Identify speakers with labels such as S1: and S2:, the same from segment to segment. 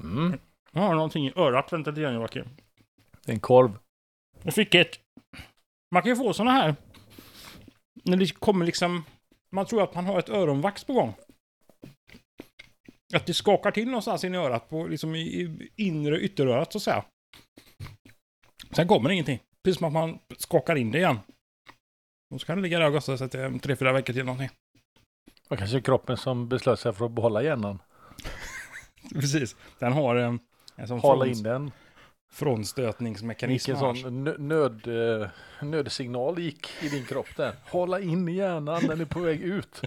S1: Mm.
S2: Jag har någonting i örat vänta lite grann Joakim.
S1: Det är en korv.
S2: Jag fick ett. Man kan ju få såna här. När det kommer liksom. Man tror att man har ett öronvax på gång. Att det skakar till någonstans in i örat. På, liksom i, i inre ytterörat så att säga. Sen kommer det ingenting. Precis som att man skakar in det igen. Och så kan det ligga där och gossa sig till eh, tre, fyra veckor till någonting.
S1: Det var kanske kroppen som beslöt sig för att behålla hjärnan.
S2: Precis. Den har en, en sån
S1: Hala
S2: från-
S1: in den.
S2: frånstötningsmekanism.
S1: Vilken
S2: annars.
S1: sån nö- nöd, eh, nödsignal gick i din kropp där. Hålla in i hjärnan, den är på väg ut.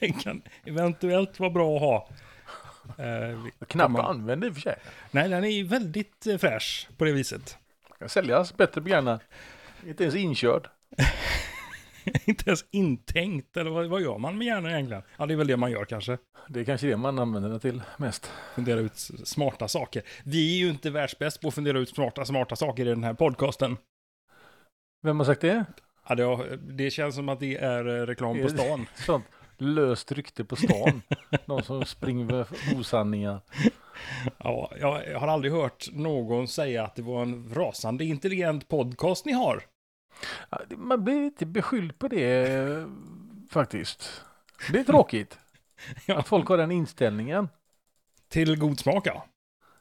S2: Den kan eventuellt vara bra att ha. Eh, vi-
S1: Knappt
S2: man-
S1: använd i och för sig.
S2: nej, den är ju väldigt eh, fräsch på det viset.
S1: Kan säljas bättre begagnad. Inte ens inkörd.
S2: Inte ens intänkt, eller vad, vad gör man med hjärnan egentligen? Ja, det är väl det man gör kanske.
S1: Det är kanske det man använder den till mest.
S2: Fundera ut s- smarta saker. Vi är ju inte världsbäst på att fundera ut smarta, smarta saker i den här podcasten.
S1: Vem har sagt det?
S2: Ja, det, har- det känns som att det är eh, reklam på stan.
S1: Sånt löst rykte på stan. De som springer med osanningar.
S2: Ja, jag jag har aldrig hört någon säga att det var en rasande intelligent podcast ni har.
S1: Ja, det- Man blir lite beskylld på det eh, faktiskt. Det är tråkigt.
S2: Ja.
S1: Att folk har den inställningen.
S2: Till god smak, ja.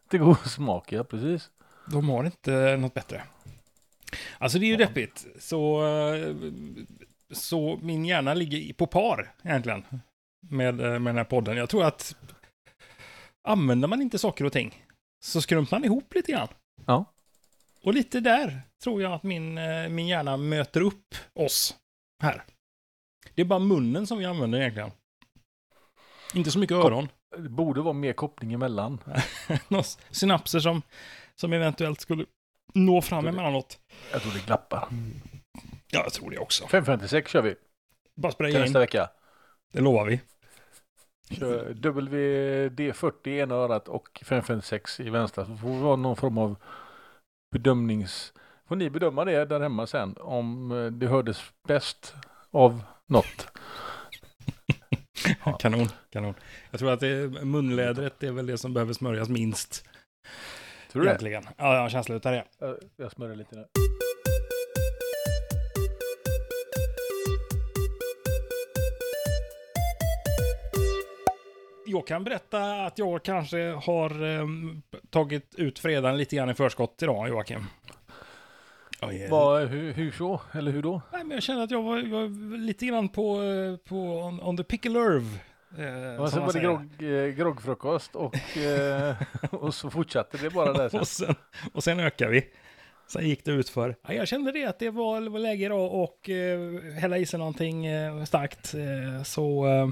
S1: Det går smak, ja precis.
S2: De har inte något bättre. Alltså det är ju deppigt. Så, eh, så min hjärna ligger i- på par egentligen. Med, eh, med den här podden. Jag tror att använder man inte saker och ting så skrumpnar man ihop lite grann.
S1: Ja.
S2: Och lite där tror jag att min, eh, min hjärna möter upp oss här. Det är bara munnen som vi använder egentligen. Inte så mycket öron.
S1: Det borde vara mer koppling emellan.
S2: Några synapser som, som eventuellt skulle nå fram
S1: Tror det.
S2: emellanåt.
S1: Jag tror det glappar.
S2: Ja, jag tror det också.
S1: 556 kör vi
S2: Bara
S1: till
S2: spraya in.
S1: nästa vecka.
S2: Det lovar vi.
S1: Kör WD40 i ena örat och 556 i vänstra. Så får vi ha någon form av bedömnings... Får ni bedöma det där hemma sen om eh, det hördes bäst av något. Ja.
S2: Kanon, kanon. Jag tror att det, munlädret är väl det som behöver smörjas minst.
S1: Tror du det?
S2: Egentligen. Ja, jag har en känsla utav det.
S1: Jag, jag smörjer lite nu.
S2: Jag kan berätta att jag kanske har ehm, tagit ut fredagen lite grann i förskott idag, Joakim. Oj,
S1: Vad, hur, hur så? Eller hur då?
S2: Nej, men jag kände att jag var, var lite grann på, eh, på on, on the picklerve. Eh,
S1: Och
S2: som
S1: sen
S2: man
S1: var det
S2: säger.
S1: grogg, eh, groggfrukost och, eh, och så fortsatte det bara där sen.
S2: och, sen, och sen ökar vi. Sen gick det ut för. Ja, jag kände det att det var, var läge då och eh, hälla i sig någonting eh, starkt. Eh, så, eh,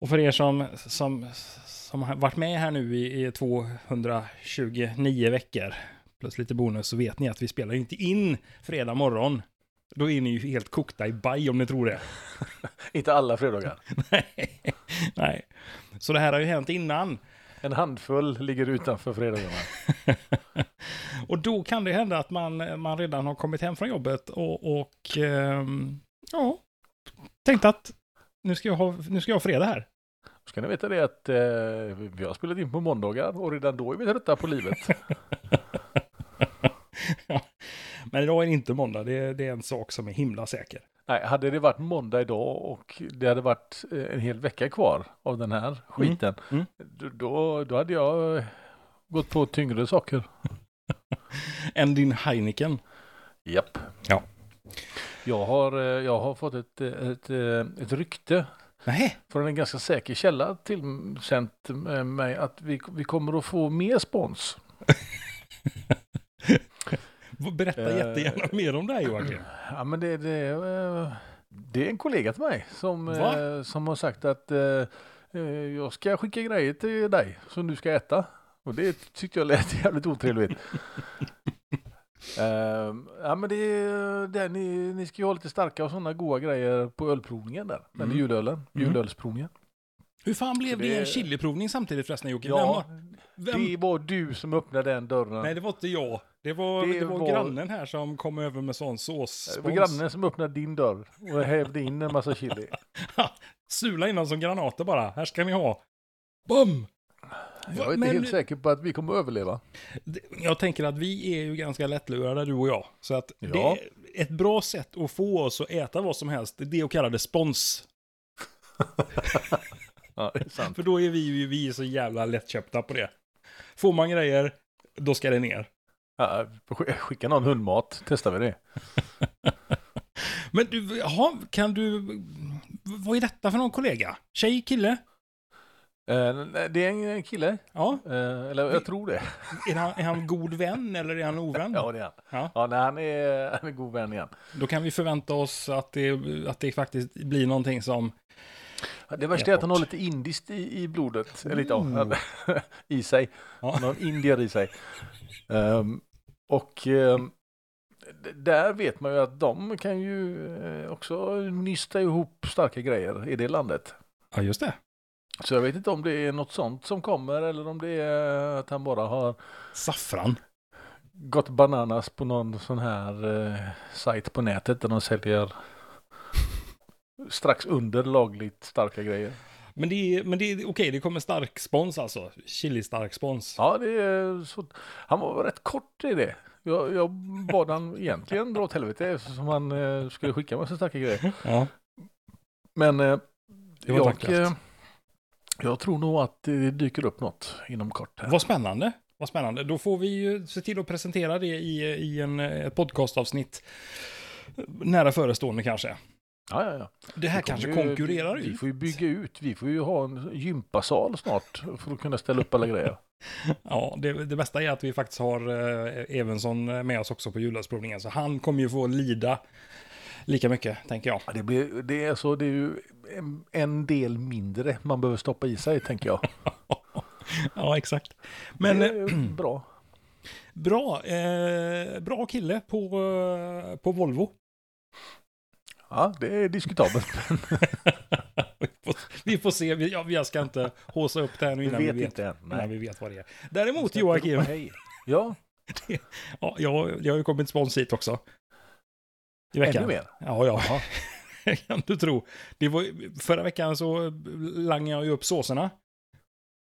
S2: och för er som, som, som har varit med här nu i, i 229 veckor plus lite bonus så vet ni att vi spelar ju inte in fredag morgon. Då är ni ju helt kokta i baj om ni tror det.
S1: Inte alla fredagar.
S2: Nej. Så det här har ju hänt innan.
S1: En handfull ligger utanför fredagarna.
S2: Och då kan det hända att man, man redan har kommit hem från jobbet och, och ehm, ja, tänkt att nu ska jag ha, nu ska jag ha fredag här.
S1: Ska ni veta det att eh, vi har spelat in på måndagar och redan då är vi trötta på livet.
S2: Men idag är det inte måndag, det, det är en sak som är himla säker.
S1: Nej, hade det varit måndag idag och det hade varit eh, en hel vecka kvar av den här skiten,
S2: Mm.
S1: då- Då, då hade jag eh, gått på tyngre saker.
S2: Än din Heineken.
S1: Japp.
S2: Ja.
S1: Jag har, eh, jag har fått ett, eh, ett, eh, ett rykte
S2: Nej.
S1: från en ganska säker källa till sänt eh, mig att vi, vi kommer att få mer spons.
S2: Berätta
S1: Eh.
S2: jättegärna mer om det här Joakim.
S1: Ja, men det, det, eh, det är en kollega till mig som,
S2: Va?
S1: eh, som har sagt att eh, eh, jag ska skicka grejer till dig som du ska äta. Och det tyckte jag lät jävligt otrevligt. Eh, ja, men det, är- det, är- ni, ni ska ju ha lite starka och sådana goda grejer på ölprovningen där. Eller
S2: Mm.
S1: julölen, julölsprovningen.
S2: Hur fan blev
S1: Så
S2: det,
S1: det-
S2: en chiliprovning samtidigt förresten Jocke? Vem
S1: Ja,
S2: har- vem...
S1: det var du som öppnade den dörren.
S2: Nej, det var inte jag. Det var, det
S1: Det
S2: var,
S1: var-
S2: grannen här som kom över med sån sås.
S1: det var grannen som öppnade din dörr och hävde in en massa chili.
S2: Sula in dem som granater bara. Här ska ni ha. Bom!
S1: Jag är inte
S2: Men-
S1: helt säker på att vi kommer att överleva.
S2: Det- Jag tänker att vi är ju ganska lättlurade du och jag. Så att
S1: Ja.
S2: det, ett bra sätt att få oss att äta vad som helst, det är det att kalla det spons.
S1: Ja, det är sant.
S2: För då är vi ju vi är så jävla lättköpta på det. Får man grejer, då ska det ner.
S1: Ja, sk- skicka någon hundmat, testar vi det.
S2: Men du, jaha, kan du... Vad är detta för någon kollega? Tjej, kille?
S1: Eh, nej, det är en- en kille,
S2: Ja,
S1: eh, eller
S2: Vi-
S1: jag tror det.
S2: är han, är han god vän eller är han ovän?
S1: Ja, det är han.
S2: Ja.
S1: Ja, nej, han, är, han är god vän igen.
S2: Då kan vi förvänta oss att det, att det faktiskt blir någonting som...
S1: Ja, Det värsta är att han har lite indiskt i, i blodet, eller lite av, i sig.
S2: Ja.
S1: Han har en indier i sig. Ehm, och ehm, d- där vet man ju att de kan ju eh, också nysta ihop starka grejer i det landet.
S2: Ja, just det.
S1: Så jag vet inte om det är något sånt som kommer eller om det är att han bara har
S2: Saffran.
S1: gått bananas på någon sån här eh, sajt på nätet där de säljer strax under lagligt starka grejer.
S2: Men det är, men det är okej, det kommer stark spons alltså. Chili stark spons.
S1: Ja, det är så. Han var rätt kort i det. Jag, jag bad han egentligen dra åt helvete eftersom han eh, skulle skicka massa starka grejer.
S2: Ja.
S1: Men eh,
S2: Det var
S1: jag,
S2: tackligt.
S1: eh, jag tror nog att det dyker upp något inom kort. Här.
S2: Vad spännande. Vad spännande. Då får vi ju se till att presentera det i, i en, eh, ett podcastavsnitt nära förestående kanske.
S1: Ja, ja, ja.
S2: Det här
S1: Vi kommer
S2: kanske
S1: ju-
S2: konkurrerar
S1: vi,
S2: ut.
S1: vi får ju bygga ut. Vi får ju ha en gympasal snart för att kunna ställa upp alla grejer.
S2: Ja, det, det bästa är att vi faktiskt har eh, Evensson med oss också på jullagsprovningen. Så han kommer ju få lida lika mycket, tänker jag.
S1: Ja, Det, blir, det, är så, det är ju en, en del mindre man behöver stoppa i sig, tänker jag.
S2: Ja, exakt. Men
S1: det
S2: eh,
S1: är ju bra.
S2: bra, eh, bra kille på, eh, på Volvo.
S1: Ja, det är diskutabelt.
S2: Vi får, vi får se, vi, ja, jag ska inte håsa upp det här nu
S1: Vi
S2: innan
S1: vet
S2: vi vet,
S1: inte än.
S2: innan
S1: Nej.
S2: vi vet vad det är. Däremot Joakim,
S1: Hej. Ja,
S2: ja, jag, jag har ju kommit spons hit också. I veckan.
S1: ännu mer.
S2: Ja, ja. kan du tro. Det var, förra veckan så langade jag ju upp såserna.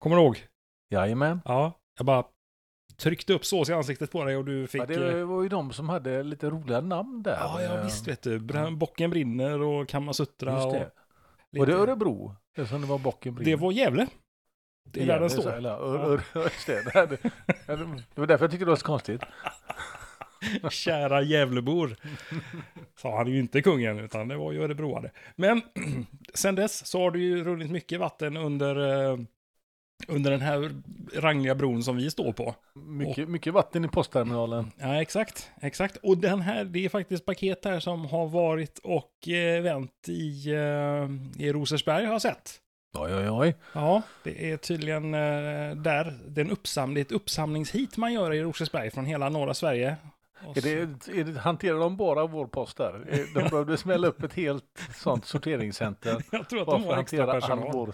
S2: Kommer du ihåg?
S1: Jajamän.
S2: Ja. Jag bara tryckte upp sås i ansiktet på dig och du fick... eh,
S1: Ja, det var ju de som hade lite roliga namn där.
S2: ja, ja, visst vet du. Bra-
S1: Mm.
S2: Bocken brinner och Kamasutra
S1: Just
S2: och...
S1: det. Var det Örebro? Eftersom det var Bocken
S2: Det var Gävle. Det är där den står.
S1: Eller, Ö- Ö- just det. Det här- det var därför jag tyckte det var så konstigt.
S2: Kära Gävlebor. Sa han ju inte kungen, utan det var ju örebroare. Men sen dess så har det ju runnit mycket vatten under, eh, under den här rangliga bron som vi står på.
S1: Mycket, mycket vatten i postterminalen.
S2: Ja, exakt. Exakt. Och den här, det är faktiskt paket här som har varit och eh, vänt i, eh, i Rosersberg har jag sett.
S1: Oj, oj, oj.
S2: Ja, det är tydligen eh, där. Det är en uppsam, det är ett uppsamlingshit man gör i Rosersberg från hela norra Sverige. Och
S1: Är det, är det, hanterar de bara vår post där? Eh, De behövde smälla upp ett helt sånt sorteringscenter.
S2: Jag tror att
S1: Bara
S2: de
S1: för att
S2: har extra
S1: hantera all
S2: personal.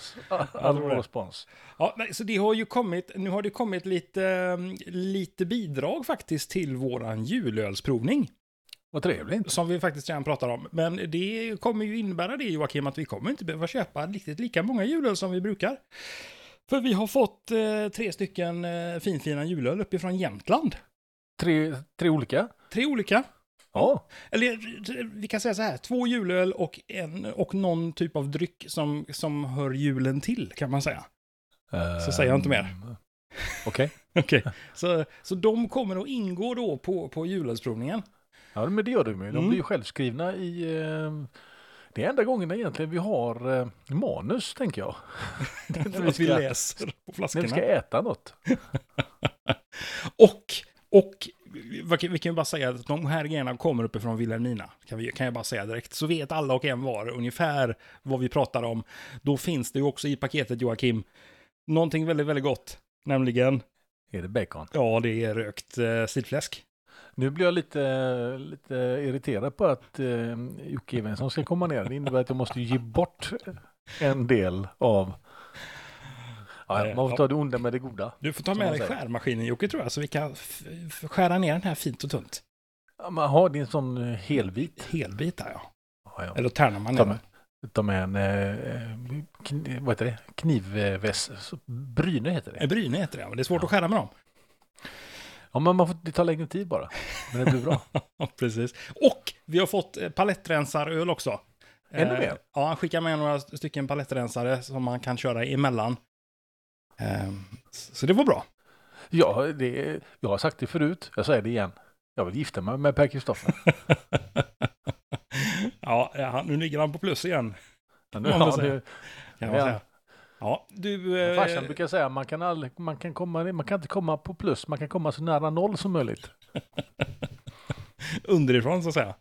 S1: vår, all
S2: tror
S1: vår
S2: det.
S1: spons.
S2: Ja, nej, så det har ju kommit, nu har det kommit lite, ehm, lite bidrag faktiskt till våran julölsprovning.
S1: Vad trevligt.
S2: Som vi faktiskt redan pratar om. Men det kommer ju innebära det Joakim, att vi kommer inte behöva köpa riktigt lika många julöl som vi brukar. För vi har fått eh, tre stycken eh, finfina julöl uppifrån Jämtland.
S1: Tre, tre olika.
S2: Tre olika.
S1: Ja,
S2: Eller eh, vi kan säga så här, två julöl och, en, och någon typ av dryck som, som hör julen till kan man säga. Så säger jag inte mer.
S1: Ehm, Okej.
S2: Okej, så, så de kommer att ingå då på, på julölsprovningen.
S1: Ja, men det gör de ju. De
S2: Mm.
S1: blir ju självskrivna i... Eh, det är enda gången egentligen vi har eh, manus, tänker jag.
S2: För
S1: vi
S2: att vi
S1: ska-
S2: läser på
S1: När
S2: flaskorna.
S1: vi ska äta något.
S2: Och, och vad kan- vi kan ju bara säga att de här grejerna kommer uppifrån Vilhelmina. Kan, vi, kan jag bara säga direkt. Så vet alla och en var ungefär vad vi pratar om. Då finns det ju också i paketet, Joakim, någonting väldigt, väldigt gott. Nämligen,
S1: Är det bacon?
S2: ja, det är rökt eh, sillfläsk.
S1: Nu blir jag lite, lite irriterad på att eh, Jocke Evensson ska komma ner. Det innebär att jag måste ge bort en del av... Ja, ja, man får ta det onda med det goda.
S2: Du får ta
S1: Som
S2: med
S1: man
S2: dig
S1: säger.
S2: skärmaskinen, Jocke, tror jag, så vi kan f- f- skära ner den här fint och tunt.
S1: Ja, man har det är en sån eh, helvit.
S2: Helbitar, ja.
S1: Ja, ja.
S2: Eller tärnar man
S1: Ta
S2: den.
S1: med. Ta med en eh, kn- vad heter det? knivväss. så- Bryne heter det.
S2: Eh, Bryne heter det, men det är svårt att skära med dem.
S1: Ja, men man får, det tar längre tid bara. Men det blir bra.
S2: Ja, precis. Och vi har fått eh, palettrensaröl också.
S1: Ännu
S2: Eh,
S1: mer?
S2: Ja, han skickar med några stycken palettrensare som man kan köra emellan. Eh, s- Så det var bra.
S1: Ja, det, jag har sagt det förut. Jag säger det igen. Jag vill gifta mig med Per Kristoffer.
S2: ja, eh, han- nu ligger han på plus igen.
S1: Men
S2: Ja, men
S1: ja,
S2: så-
S1: det-
S2: Kan man
S1: Ja.
S2: säga. Ja, du... eh,
S1: Farsan brukar säga man kan, aldrig, man, kan komma, man kan inte komma på plus, man kan komma så nära noll som möjligt.
S2: underifrån så att säga.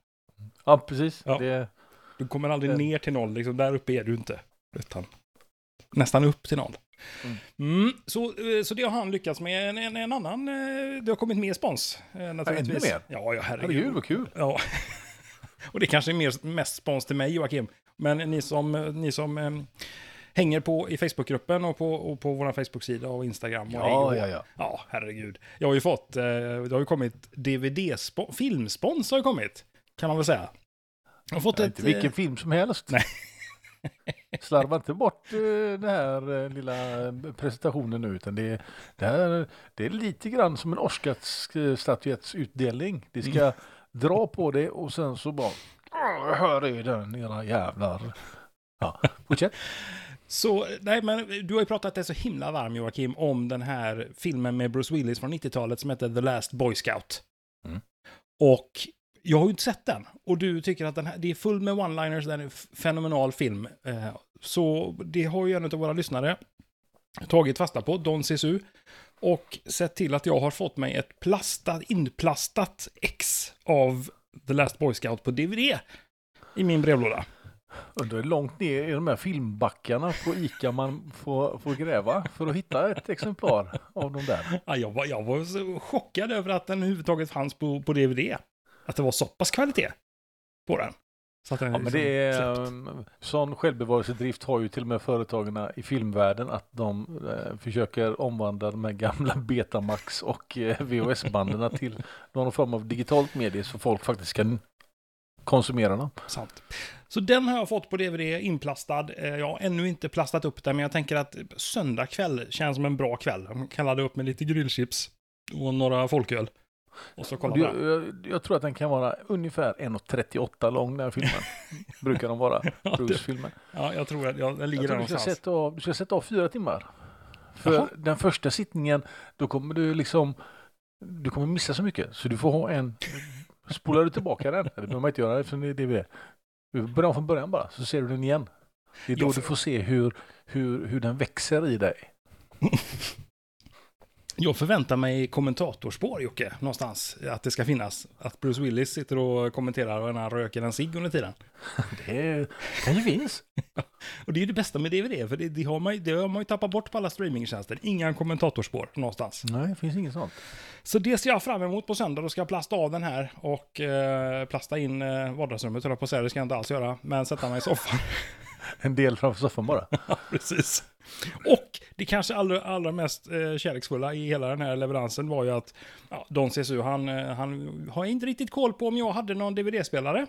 S1: Ja, precis.
S2: Ja.
S1: Det,
S2: Du kommer aldrig
S1: Eh.
S2: ner till noll, liksom. där uppe är du inte. Utan nästan upp till noll.
S1: Mm.
S2: Mm, så, eh, så det har han lyckats med. En, en, en annan, eh, det har kommit mer spons. eh, Naturligtvis.
S1: ännu mer?
S2: Ja, ja herregud.
S1: herregud vad kul.
S2: Ja. Och det kanske är mer, mest spons till mig, Joakim. Men ni som, eh, ni som eh, hänger på i Facebookgruppen och på, och på vår Facebook-sida och Instagram. Och hej
S1: Ja,
S2: och,
S1: ja, ja.
S2: Ja, herregud. Jag har ju fått, eh, det har ju kommit DVD-spons, filmspons har ju kommit. Kan man väl säga. Jag har fått ett... eh,
S1: Inte vilken film som helst.
S2: Nej.
S1: Slarva inte bort eh, den här eh, lilla eh, presentationen nu, utan det, det, här, det är lite grann som en Oscarsstatyettsutdelning. Det ska dra på det och sen så bara, "Åh, här är den, era jävlar. Ja, fortsätt.
S2: eh, Så, nej men du har ju pratat dig så himla varm Joakim om den här filmen med Bruce Willis från 90-talet som heter The Last Boy Scout.
S1: Mm.
S2: Och jag har ju inte sett den. Och du tycker att den här, det är full med one-liners, den är en f- fenomenal film. Eh, Så det har ju en av våra lyssnare tagit fasta på, Don Sisu. Och sett till att jag har fått mig ett plastat, inplastat ex av The Last Boy Scout på DVD i min brevlåda.
S1: Undrar hur långt ner i de här filmbackarna på ICA man får, får gräva för att hitta ett exemplar av de där.
S2: Ja, jag, var, jag var så chockad över att den överhuvudtaget fanns på, på DVD. Att det var så pass kvalitet på den. Så att den liksom
S1: Ja, men det är,
S2: släppt.
S1: ehm, sån självbevarelsedrift har ju till och med företagen i filmvärlden att de eh, försöker omvandla de här gamla Betamax och eh, VHS-banden till någon form av digitalt medie så folk faktiskt kan konsumera dem.
S2: Sant. Så den har jag fått på DVD inplastad. Eh, Jag har ännu inte plastat upp den, men jag tänker att söndag kväll känns som en bra kväll. Man kan ladda upp med lite grillchips och några folköl. Och så kolla
S1: Och
S2: på
S1: det,
S2: den.
S1: jag, eh, jag tror att den kan vara ungefär 1,38 lång den här filmen. Brukar de vara,
S2: Ja, det-
S1: Bruce-filmen.
S2: Ja, jag tror att jag, den ligger
S1: Jag
S2: där
S1: tror du ska,
S2: någonstans.
S1: sätta av, du ska sätta av fyra timmar. För
S2: Jaha.
S1: den första sittningen, då kommer du liksom, du kommer missa så mycket. Så du får ha en, spolar du tillbaka den, det behöver man inte göra eftersom det är DVD. Du börjar om från början bara, så ser du den igen. Det är då
S2: Jag
S1: du
S2: får-
S1: får se hur, hur, hur den växer i dig.
S2: Jag förväntar mig kommentatorspår, Jocke, någonstans. Att det ska finnas. Att Bruce Willis sitter och kommenterar och han röker en cigg under tiden.
S1: Det är- kan ju finnas.
S2: Och det är ju det bästa med DVD, för det, det, har man, ju- det har man ju tappat bort på alla streamingtjänster. Inga kommentatorspår någonstans.
S1: Nej, det finns inget sånt.
S2: Så det ser jag fram emot på söndag. Då ska jag plasta av den här och eh, plasta in eh, vardagsrummet, höll jag på att säga. Det ska jag inte alls göra. Men sätta mig i soffan.
S1: En del framför soffan bara.
S2: Precis. Och det kanske allra, allra mest eh, kärleksfulla i hela den här leveransen var ju att ja, Don CSU, han, eh, han har inte riktigt koll på om jag hade någon DVD-spelare.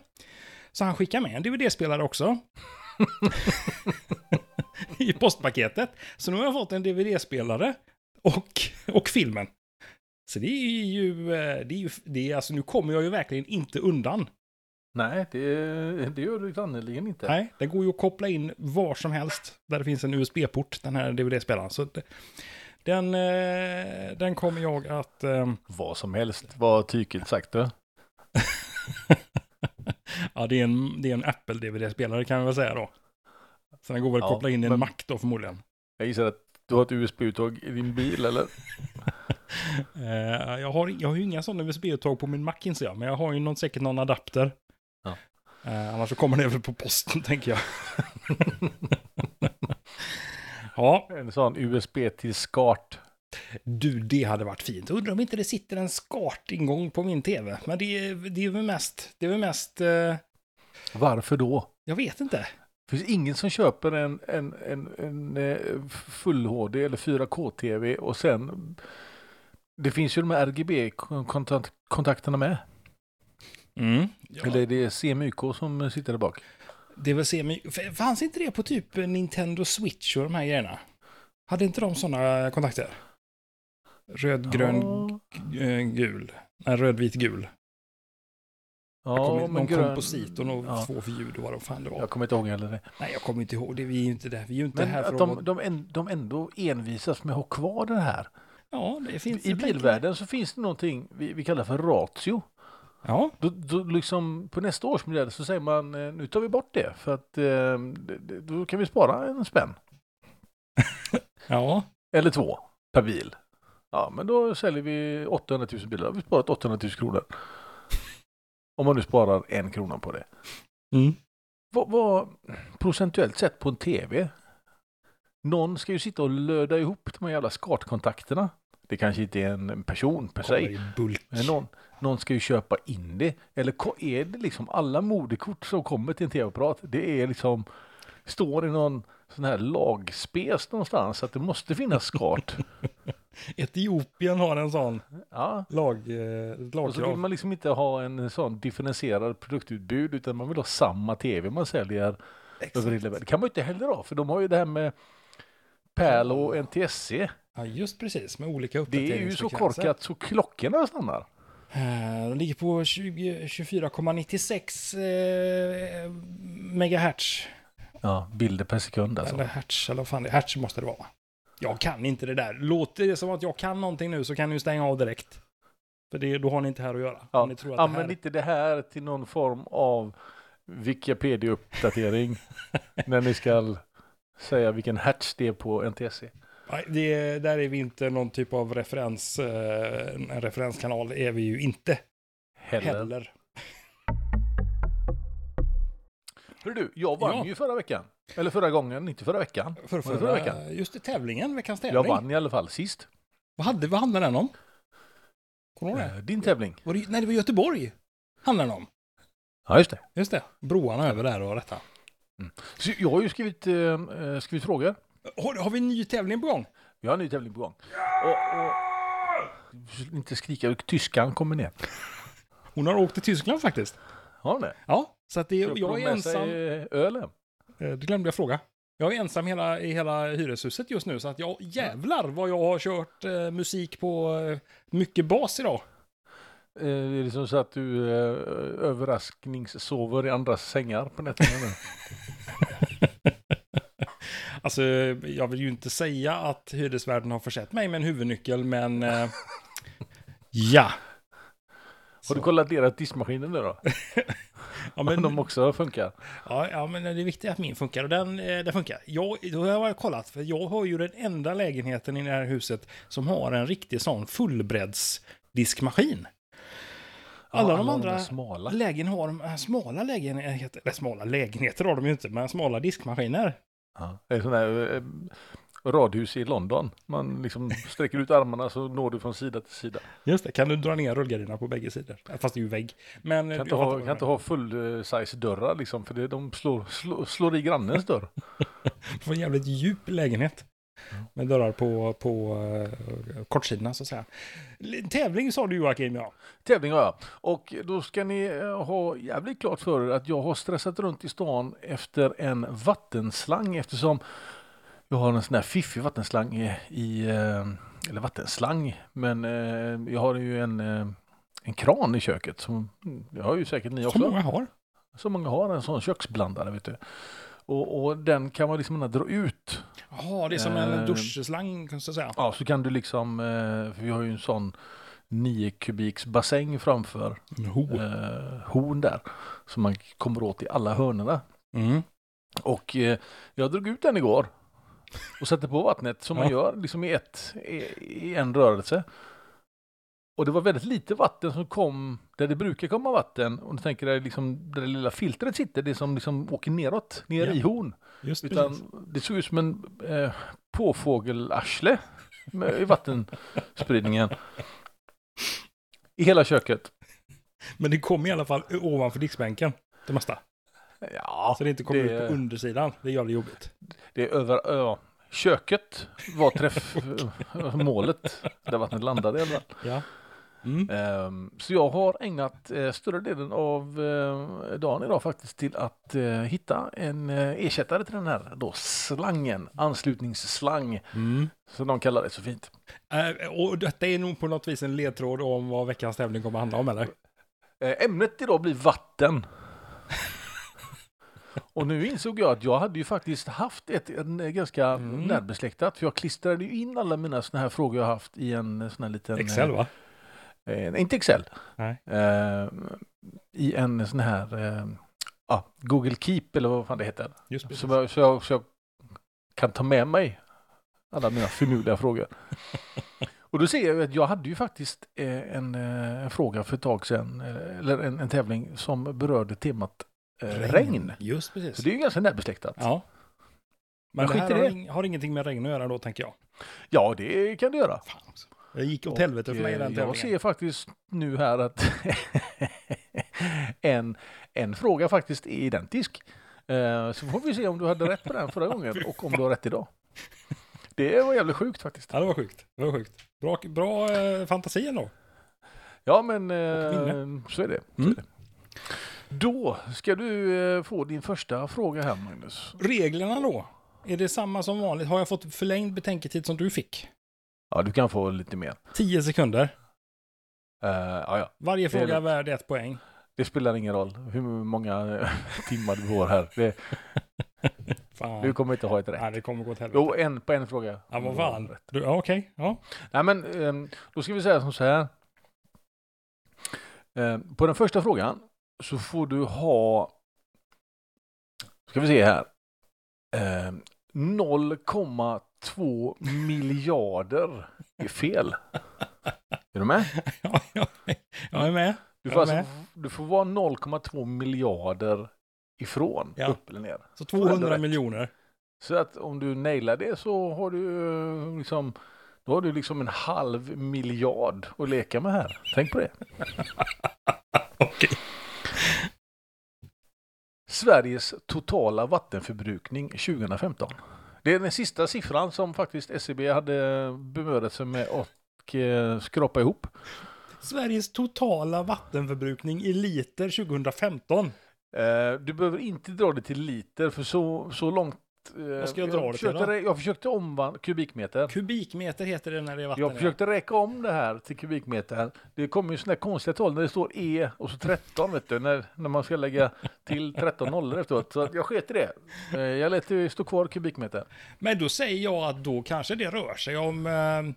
S2: Så han skickar med en DVD-spelare också. I postpaketet. Så nu har jag fått en DVD-spelare och, och filmen. Så det är ju, eh, det är ju, det är, alltså nu kommer jag ju verkligen inte undan.
S1: Nej, det, det gör du sannerligen inte.
S2: Nej, det går ju att koppla in var som helst där det finns en USB-port, den här DVD-spelaren. Så det, den, eh, den kommer jag att... Eh,
S1: Vad som helst var tyket sagt du.
S2: ja, det är en, det är en Apple-DVD-spelare kan vi väl säga då. Så den går väl att
S1: Ja,
S2: koppla in i en
S1: men-
S2: Mac då förmodligen.
S1: Jag gissar att du har ett USB-uttag i din bil eller?
S2: Eh, jag, har, jag har ju inga sådana USB-uttag på min Mac inser jag, men jag har ju någon, säkert någon adapter.
S1: Ja.
S2: Eh, annars så kommer det väl på posten, tänker jag. ja,
S1: En sån USB till skart.
S2: Du, det hade varit fint. Undrar om inte det sitter en skartingång på min tv. Men det, är- det är väl mest, det är väl mest, eh,
S1: Varför då?
S2: jag vet inte.
S1: Det finns ingen som köper en, en, en, en eh, full HD eller 4K-TV och sen det finns ju de här RGB-kontakterna med.
S2: Mm. Ja.
S1: Eller är det CMYK som sitter där bak?
S2: Det vill säga, men f- fanns inte det på typ Nintendo Switch och de här grejerna? Hade inte de sådana kontakter? Röd, grön,
S1: Ja,
S2: g- eh, gul. Nej, röd, vit, gul. Jag
S1: ja,
S2: kommer inte- någon
S1: men grön-
S2: komposit och någon
S1: ja.
S2: två för ljud och vad det fan det var.
S1: Jag kommer inte ihåg heller det.
S2: Nej, jag kommer inte ihåg. Det, vi är ju inte där. Vi är ju inte
S1: Men
S2: här för
S1: att
S2: att...
S1: de, de, en, de ändå envisas med att ha kvar det här.
S2: ja, det finns...
S1: I
S2: jag tänker-
S1: bilvärlden så finns det någonting vi, vi kallar för ratio.
S2: Ja,
S1: Då, då liksom på nästa års modell så säger man eh, nu tar vi bort det för att eh, det- det- då kan vi spara en spänn
S2: ja.
S1: eller två per bil. Ja, men då säljer vi 800 000 bilar. Då har vi sparat 800 000 kronor. Om man nu sparar en krona på det.
S2: Mm.
S1: Vad, vad procentuellt sett på en tv? Någon ska ju sitta och löda ihop de här jävla skartkontakterna. Det kanske inte är en en person per se.
S2: Kommer i bulk.
S1: Men någon, någon ska ju köpa in det. Eller ko- är det liksom alla modekort som kommer till en tv-apparat, det är liksom står i någon sån här lagspes någonstans att det måste finnas skart.
S2: Etiopien har en sån
S1: Ja.
S2: lag, eh,
S1: Och så vill
S2: lagkrav.
S1: man liksom inte ha en sån differentierad produktutbud utan man vill ha samma tv man säljer över hela världen. Det kan man ju inte heller ha för de har ju det här med PAL och NTSC.
S2: Ja, just precis. Med olika
S1: Det är ju så
S2: uppdateringsfrekvenser.
S1: korkat så klockorna stannar.
S2: Eh, De ligger på 20 24,96 eh, megahertz.
S1: Ja, bilder per sekund alltså.
S2: Eller hertz, eller vad fan det är. Hertz måste det vara. Jag kan inte det där. Låter det som att jag kan någonting nu så kan ni ju stänga av direkt. För det, då har ni inte här att göra.
S1: Ja.
S2: Om ni tror att det
S1: Använd
S2: här...
S1: inte det här till någon form av Wikipedia-uppdatering när ni ska säga vilken hertz det är på NTSC.
S2: Nej, det, där är vi inte någon typ av referens. eh, En referenskanal är vi ju inte
S1: Heller.
S2: heller.
S1: Hörru du, jag vann
S2: Ja.
S1: ju förra veckan. Eller förra gången, inte förra veckan.
S2: För
S1: Var
S2: förra,
S1: det förra veckan?
S2: Just det, tävlingen, veckans tävling.
S1: Jag vann i alla fall sist.
S2: Vad, hade, vad handlade den om? Kommer du ihåg det?
S1: Eh, Din tävling.
S2: Var det? Nej, det var Göteborg. Handlade den om.
S1: Ja, just det.
S2: Just det. Broarna över där och detta.
S1: Så jag har ju skrivit, eh, eh, skrivit frågor.
S2: Har, har vi en ny tävling på gång?
S1: Vi har en ny tävling på gång. Och, och... Inte skrika, tyskan kommer ner.
S2: Hon har åkt till Tyskland faktiskt.
S1: Har ni?
S2: Ja, så att det,
S1: Ska
S2: jag
S1: plocka
S2: är
S1: med sig,
S2: ensam.
S1: eh, Ölen?
S2: Eh, Det glömde jag fråga. Jag är ensam hela, i hela hyreshuset just nu, så att jag jävlar vad jag har kört eh, musik på eh, mycket bas idag.
S1: Eh, det är liksom så att du eh, överraskningssover i andras sängar på nätterna nu.
S2: Alltså, jag vill ju inte säga att hyresvärden har försett mig med en huvudnyckel, men... Eh, ja.
S1: Har du
S2: Så.
S1: kollat deras diskmaskiner nu då?
S2: Ja,
S1: Men
S2: men,
S1: de också funkar.
S2: ja, ja, men det är viktigt att min funkar och den, eh, den funkar. Jag, då har jag kollat, för jag har ju den enda lägenheten i det här huset som har en riktig sån fullbreddsdiskmaskin. Alla de andra-
S1: smala.
S2: Lägen har de äh, smala lägenheter, eller smala lägenheter har de ju inte, men smala diskmaskiner.
S1: Ja. Det är sån här eh, radhus i London. Man liksom sträcker ut armarna så når du från sida till sida.
S2: Just det, kan du dra ner rullgardinerna på bägge sidor? Äh, Fast det är ju vägg. Men
S1: Kan inte ha, kan inte ha full eh, size dörrar liksom för det, de slår, slår, slår i grannens dörr.
S2: Det var en jävligt djup lägenhet. Med dörrar på, på eh, kortsidorna så att säga. L- Tävling sa du Joakim, ja.
S1: Tävling har jag. Och då ska ni eh, ha jävligt klart för er att jag har stressat runt i stan efter en vattenslang eftersom jag har en sån här fiffig vattenslang i, i eh, eller vattenslang, men eh, jag har ju en, eh, en kran i köket som, det har ju säkert ni
S2: Som
S1: också,
S2: många har.
S1: så många har en sån köksblandare vet du. Och, och den kan man liksom dra ut
S2: Jaha, det är som en
S1: Eh.
S2: duschslang kan jag säga.
S1: Ja, så kan du liksom, eh, för vi har ju en sån 9 kubiks bassäng framför eh, horn där. Som man kommer åt i alla hörnorna.
S2: Mm.
S1: Och eh, jag drog ut den igår och satte på vattnet som man
S2: Ja.
S1: gör liksom i, ett, i, i en rörelse. Och det var väldigt lite vatten som kom där det brukar komma vatten. Om du tänker dig liksom där det lilla filtret sitter, det som liksom åker neråt, ner
S2: Ja.
S1: i horn.
S2: Just
S1: Utan
S2: precis.
S1: det såg ut som en eh, påfågelarsle med- i vattenspridningen. I hela köket.
S2: Men det kom i alla fall ovanför diskbänken. Det mesta.
S1: Ja,
S2: Så det inte kom
S1: det-
S2: ut på undersidan. Det gör det jobbigt.
S1: det är över... Ja. Köket var träffmålet där vattnet landade i alla fall.
S2: Ja. Mm.
S1: Ehm, Så jag har ägnat eh, större delen av eh, dagen idag faktiskt till att eh, hitta en eh, ersättare till den här då slangen, anslutningsslang
S2: Mm.
S1: som de kallar det så fint.
S2: Eh, och detta är nog på något vis en ledtråd om vad veckans tävling kommer handla om, eller?
S1: Eh, Ämnet idag blir vatten. Och nu insåg jag att jag hade ju faktiskt haft ett en eh, ganska
S2: Mm.
S1: närbesläktat för jag klistrade ju in alla mina såna här frågor jag haft i en eh, sån här liten eh,
S2: Excel, va?
S1: Eh, nej, inte Excel.
S2: Nej.
S1: Eh, I en sån här eh, ja, Google Keep eller vad fan det heter.
S2: Just
S1: Så
S2: precis.
S1: jag, så, jag, så jag kan ta med mig alla mina finurliga frågor. Och då ser jag ju att jag hade ju faktiskt eh, en, eh, en fråga för ett tag sedan, eh, eller en, en tävling som berörde temat eh, regn.
S2: Just precis.
S1: Så det är ju ganska närbesläktat. Ja.
S2: Ja. Men
S1: Men
S2: det
S1: skit i
S2: här har,
S1: det.
S2: ing- har ingenting med regn att göra då, tänker jag.
S1: det kan du göra.
S2: Fan också. Det gick åt
S1: Och,
S2: helvete för mig i
S1: eh,
S2: den
S1: Jag
S2: tävlingen.
S1: ser faktiskt nu här att en, en fråga faktiskt är identisk. Eh, Så får vi se om du hade rätt på den förra gången och om du har rätt idag. Det var jävligt sjukt faktiskt.
S2: Ja, det var sjukt. Det var sjukt. Bra, bra eh, fantasi ändå.
S1: Ja, men eh,
S2: Och
S1: så är det. Så
S2: Mm.
S1: är det. Då ska du eh, få din första fråga här, Magnus.
S2: Reglerna då? Är det samma som vanligt? Har jag fått förlängd betänketid som du fick?
S1: Ja, du kan få lite mer.
S2: 10 sekunder.
S1: Eh, ja, ja.
S2: Varje
S1: Det är
S2: fråga är
S1: rätt.
S2: värd ett poäng.
S1: Det spelar ingen roll hur många eh, timmar du får här. Det,
S2: Fan.
S1: du kommer inte ha ett rätt.
S2: Nej, det kommer gå åt helvete.
S1: Jo, en på en fråga.
S2: Ja, vad fan. Du, ja, okej. Ja.
S1: Nej, men ehm, då ska vi säga som så här. Ehm, På den första frågan så får du ha, ska vi se här, Ehm, 0,2 miljarder är fel. Är du med?
S2: ja, ja. Jag är med.
S1: Du
S2: Jag
S1: får,
S2: är
S1: alltså, du får vara 0,2 miljarder ifrån,
S2: Ja.
S1: upp eller ner.
S2: Så
S1: ändå
S2: 200
S1: rätt.
S2: miljoner.
S1: Så att om du nailar det så har du eh, liksom, då har du liksom en halv miljard att leka med här. Tänk på det.
S2: Okej.
S1: Sveriges totala vattenförbrukning 2015. Det är den sista siffran som faktiskt SCB hade bemödat sig med och eh, skrapa ihop.
S2: Sveriges totala vattenförbrukning i liter 2015.
S1: Eh, du behöver inte dra det till liter för så, så långt... eh,
S2: Vad ska jag dra det till
S1: försökte
S2: då?
S1: re- Jag försökte omvandla kubikmeter.
S2: Kubikmeter heter det när det är vatten.
S1: Jag försökte räcka om det här till kubikmeter. Det kommer ju sådana här konstiga tal när det står E och så 13 vet du, när, när man ska lägga till 13 nollor efteråt. Så att jag sket i det. Eh, Jag lät det stå kvar kubikmeter.
S2: ja. Men då säger jag att då kanske det rör sig om... Eh,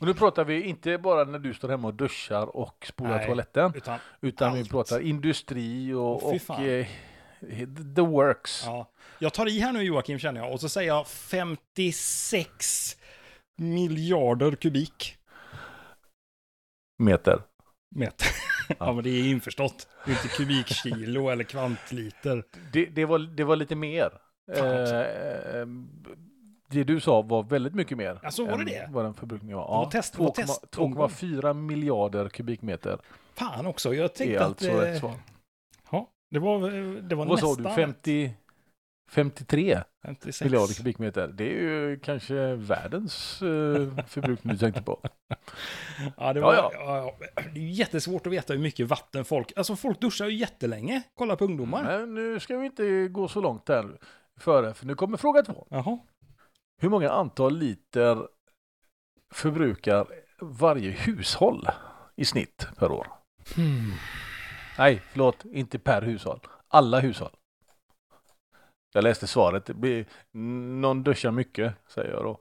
S1: Och nu pratar vi inte bara när du står hemma och duschar och spolar
S2: Nej.
S1: toaletten,
S2: utan,
S1: utan
S2: Allt.
S1: vi pratar industri och,
S2: Åh, fy
S1: och
S2: fan.
S1: eh, the works.
S2: ja. Jag tar i här nu Joakim känner jag och så säger jag 56 miljarder kubik.
S1: Meter.
S2: Mätt. Ja. men det är införstått. Det är inte kubikkilo eller kvantliter.
S1: Det, det, var, det var lite mer.
S2: Fan också.
S1: Eh, eh, det du sa var väldigt mycket mer.
S2: Ja, så var det
S1: än
S2: det?
S1: Vad den förbrukningen var.
S2: var test- det var test-
S1: 2,4 miljarder kubikmeter
S2: Fan också, jag
S1: är
S2: tänkte
S1: alltså
S2: att...
S1: rätt
S2: eh,
S1: svar.
S2: ja, det var, eh, det var
S1: Vad sa
S2: nästan
S1: du? 50, 53
S2: 56.
S1: miljarder kubikmeter. Det är ju kanske världens eh, förbrukning du tänkte på.
S2: Ja, det
S1: Ja,
S2: var, ja,
S1: ja.
S2: ja. Det är ju jättesvårt att veta hur mycket vatten folk... Alltså folk duschar ju jättelänge. Kolla på ungdomar.
S1: Men nu ska vi inte gå så långt här före, för nu kommer fråga två.
S2: Jaha.
S1: Hur många antal liter förbrukar varje hushåll i snitt per år? Nej, förlåt, inte per hushåll. Alla hushåll. Jag läste svaret. Det blir någon duschar mycket, säger jag då.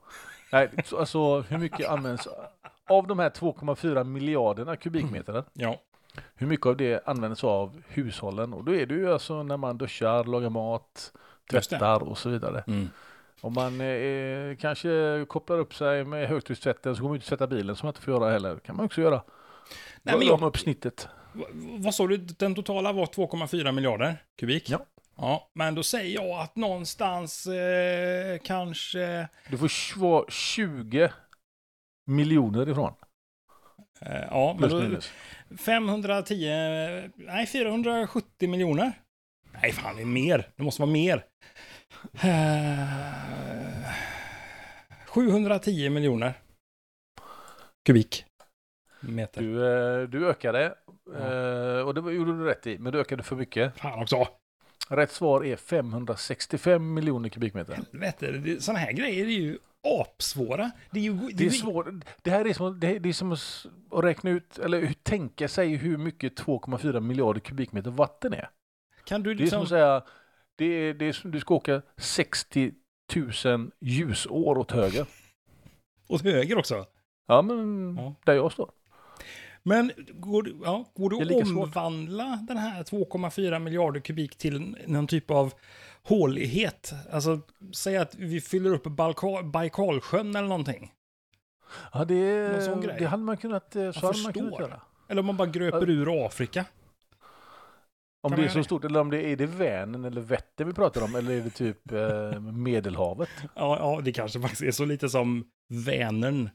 S1: Nej, så- alltså hur mycket används av de här 2,4 miljarderna kubikmeter?
S2: Ja.
S1: Hur mycket av det används av hushållen? Och då är det ju alltså när man duschar, lagar mat,
S2: Just det. Mm.
S1: tvättar och så vidare. Om man eh, kanske kopplar upp sig med högtryckstvätten så kommer man inte tvätta bilen som man inte får göra heller. kan man också göra.
S2: Nej, men
S1: Dra
S2: jag,
S1: om upp snittet.
S2: v- vad sa du? Den totala var 2,4 miljarder kubik?
S1: Ja.
S2: Ja, men då säger jag att någonstans eh, kanske...
S1: Du får tj- vara 20 miljoner ifrån.
S2: Eh, ja, men
S1: Plus
S2: då,
S1: minus.
S2: 510... Nej, 470 miljoner. Nej, fan, det är mer. Det måste vara mer. Eh, 710 miljoner kubik. meter.
S1: Du, eh, du ökade eh, och det var- gjorde du rätt i, men du ökade för mycket.
S2: Fan också.
S1: Rätt svar är 565 miljoner kubikmeter.
S2: Helvete, sådana här grejer är ju apsvåra. Det är ju...
S1: Det är svårt. Det här är som, det, det är som att s- att räkna ut, eller hur- tänka sig hur mycket 2,4 miljarder kubikmeter vatten är.
S2: Kan du
S1: Det är som
S2: liksom...
S1: att säga, det är, det är som, du ska åka 60 000 ljusår åt höger.
S2: Åt höger också.
S1: Ja, men
S2: Ja.
S1: där jag står.
S2: Men går, du- ja, går
S1: Det är
S2: det
S1: lika
S2: att
S1: svårt.
S2: omvandla den här 2,4 miljarder kubik till någon typ av hålighet? Alltså, säg att vi fyller upp Balka- Baikalsjön eller någonting.
S1: Ja, det,
S2: Någon sån grej.
S1: det hade man kunnat, eh, så hade man kunnat
S2: förstår.
S1: göra.
S2: Eller om man bara gröper ur Afrika.
S1: Om
S2: Kan
S1: det
S2: man
S1: är
S2: göra
S1: så
S2: det?
S1: stort, eller om det är det Vänern eller Vättern vi pratar om, eller är det typ eh, Medelhavet?
S2: Ja, ja, det kanske faktiskt är så lite som Vänern.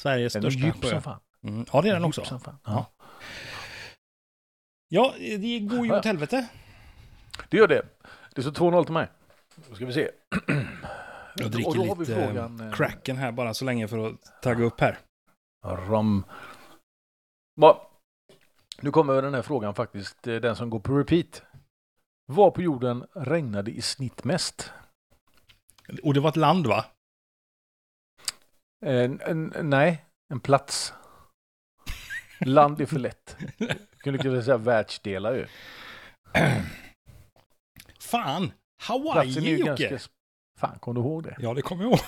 S2: Sveriges
S1: Den är
S2: största
S1: djup
S2: sjö.
S1: som fan.
S2: Mm, ja, det är den
S1: Djup
S2: också.
S1: som fan. Ja.
S2: Ja, det går ju
S1: Ja.
S2: åt helvete.
S1: Det gör det. Det står 2-0 till mig. Då ska vi se.
S2: Jag
S1: Och
S2: dricker
S1: då har vi
S2: lite
S1: frågan, eh,
S2: eh, cracken här bara så länge för att tagga upp här.
S1: Rom. Va? Nu kommer den här frågan faktiskt, eh, den som går på repeat. Var på jorden regnade i snitt mest?
S2: Och det var ett land, va?
S1: En, en, Eh, nej, en plats. Land är för lätt. Jag kunde kunna säga världsdelar ju.
S2: Fan!
S1: Platsen är
S2: Hawaii,
S1: ju
S2: Jocke!
S1: ganska... Fan, kom du ihåg det?
S2: Ja, det kommer jag ihåg.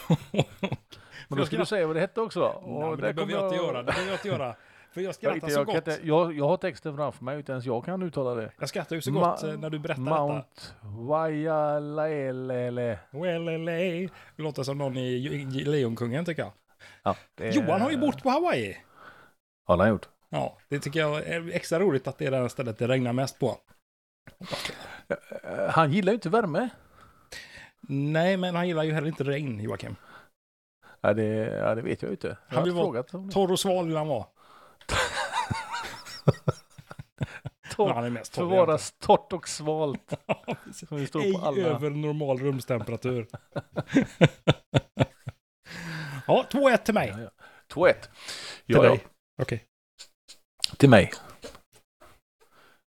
S1: Men då ska du säga vad det hette också. Och
S2: Nej, men
S1: där
S2: det behöver
S1: kommer
S2: jag inte göra. Det behöver jag inte göra. För jag
S1: Jag,
S2: skrattar
S1: inte,
S2: så
S1: jag, kan
S2: gott.
S1: inte, jag, jag har texten framför mig, inte ens jag kan uttala det.
S2: Jag skrattar ju så gott
S1: Ma-
S2: eh, när du berättar detta.
S1: Mount Waialaelele.
S2: Well, LA. Det låter som någon i Ju- Lejonkungen, tycker jag.
S1: Ja, det-
S2: Johan har ju bott på Hawaii.
S1: Ja, det har han gjort.
S2: Ja, det tycker jag är extra roligt att det är det här stället det regnar mest på.
S1: Eh, Han gillar ju inte värme.
S2: Nej, men han gillar ju heller inte regn, Joakim.
S1: Ja, det, ja, det vet jag ju inte. Jag har
S2: vill
S1: inte
S2: vara
S1: frågat om det.
S2: Torr och sval vill han vara. Men Han är mest torr. egentligen.
S1: Förvaras torrt och svalt.
S2: Ja, precis.
S1: Som det står
S2: Ej
S1: på alla.
S2: över normal rumstemperatur. ja, 2-1 till mig.
S1: Ja, ja. 2-1.
S2: till
S1: Ja, ja.
S2: dig. Okej.
S1: Till mig.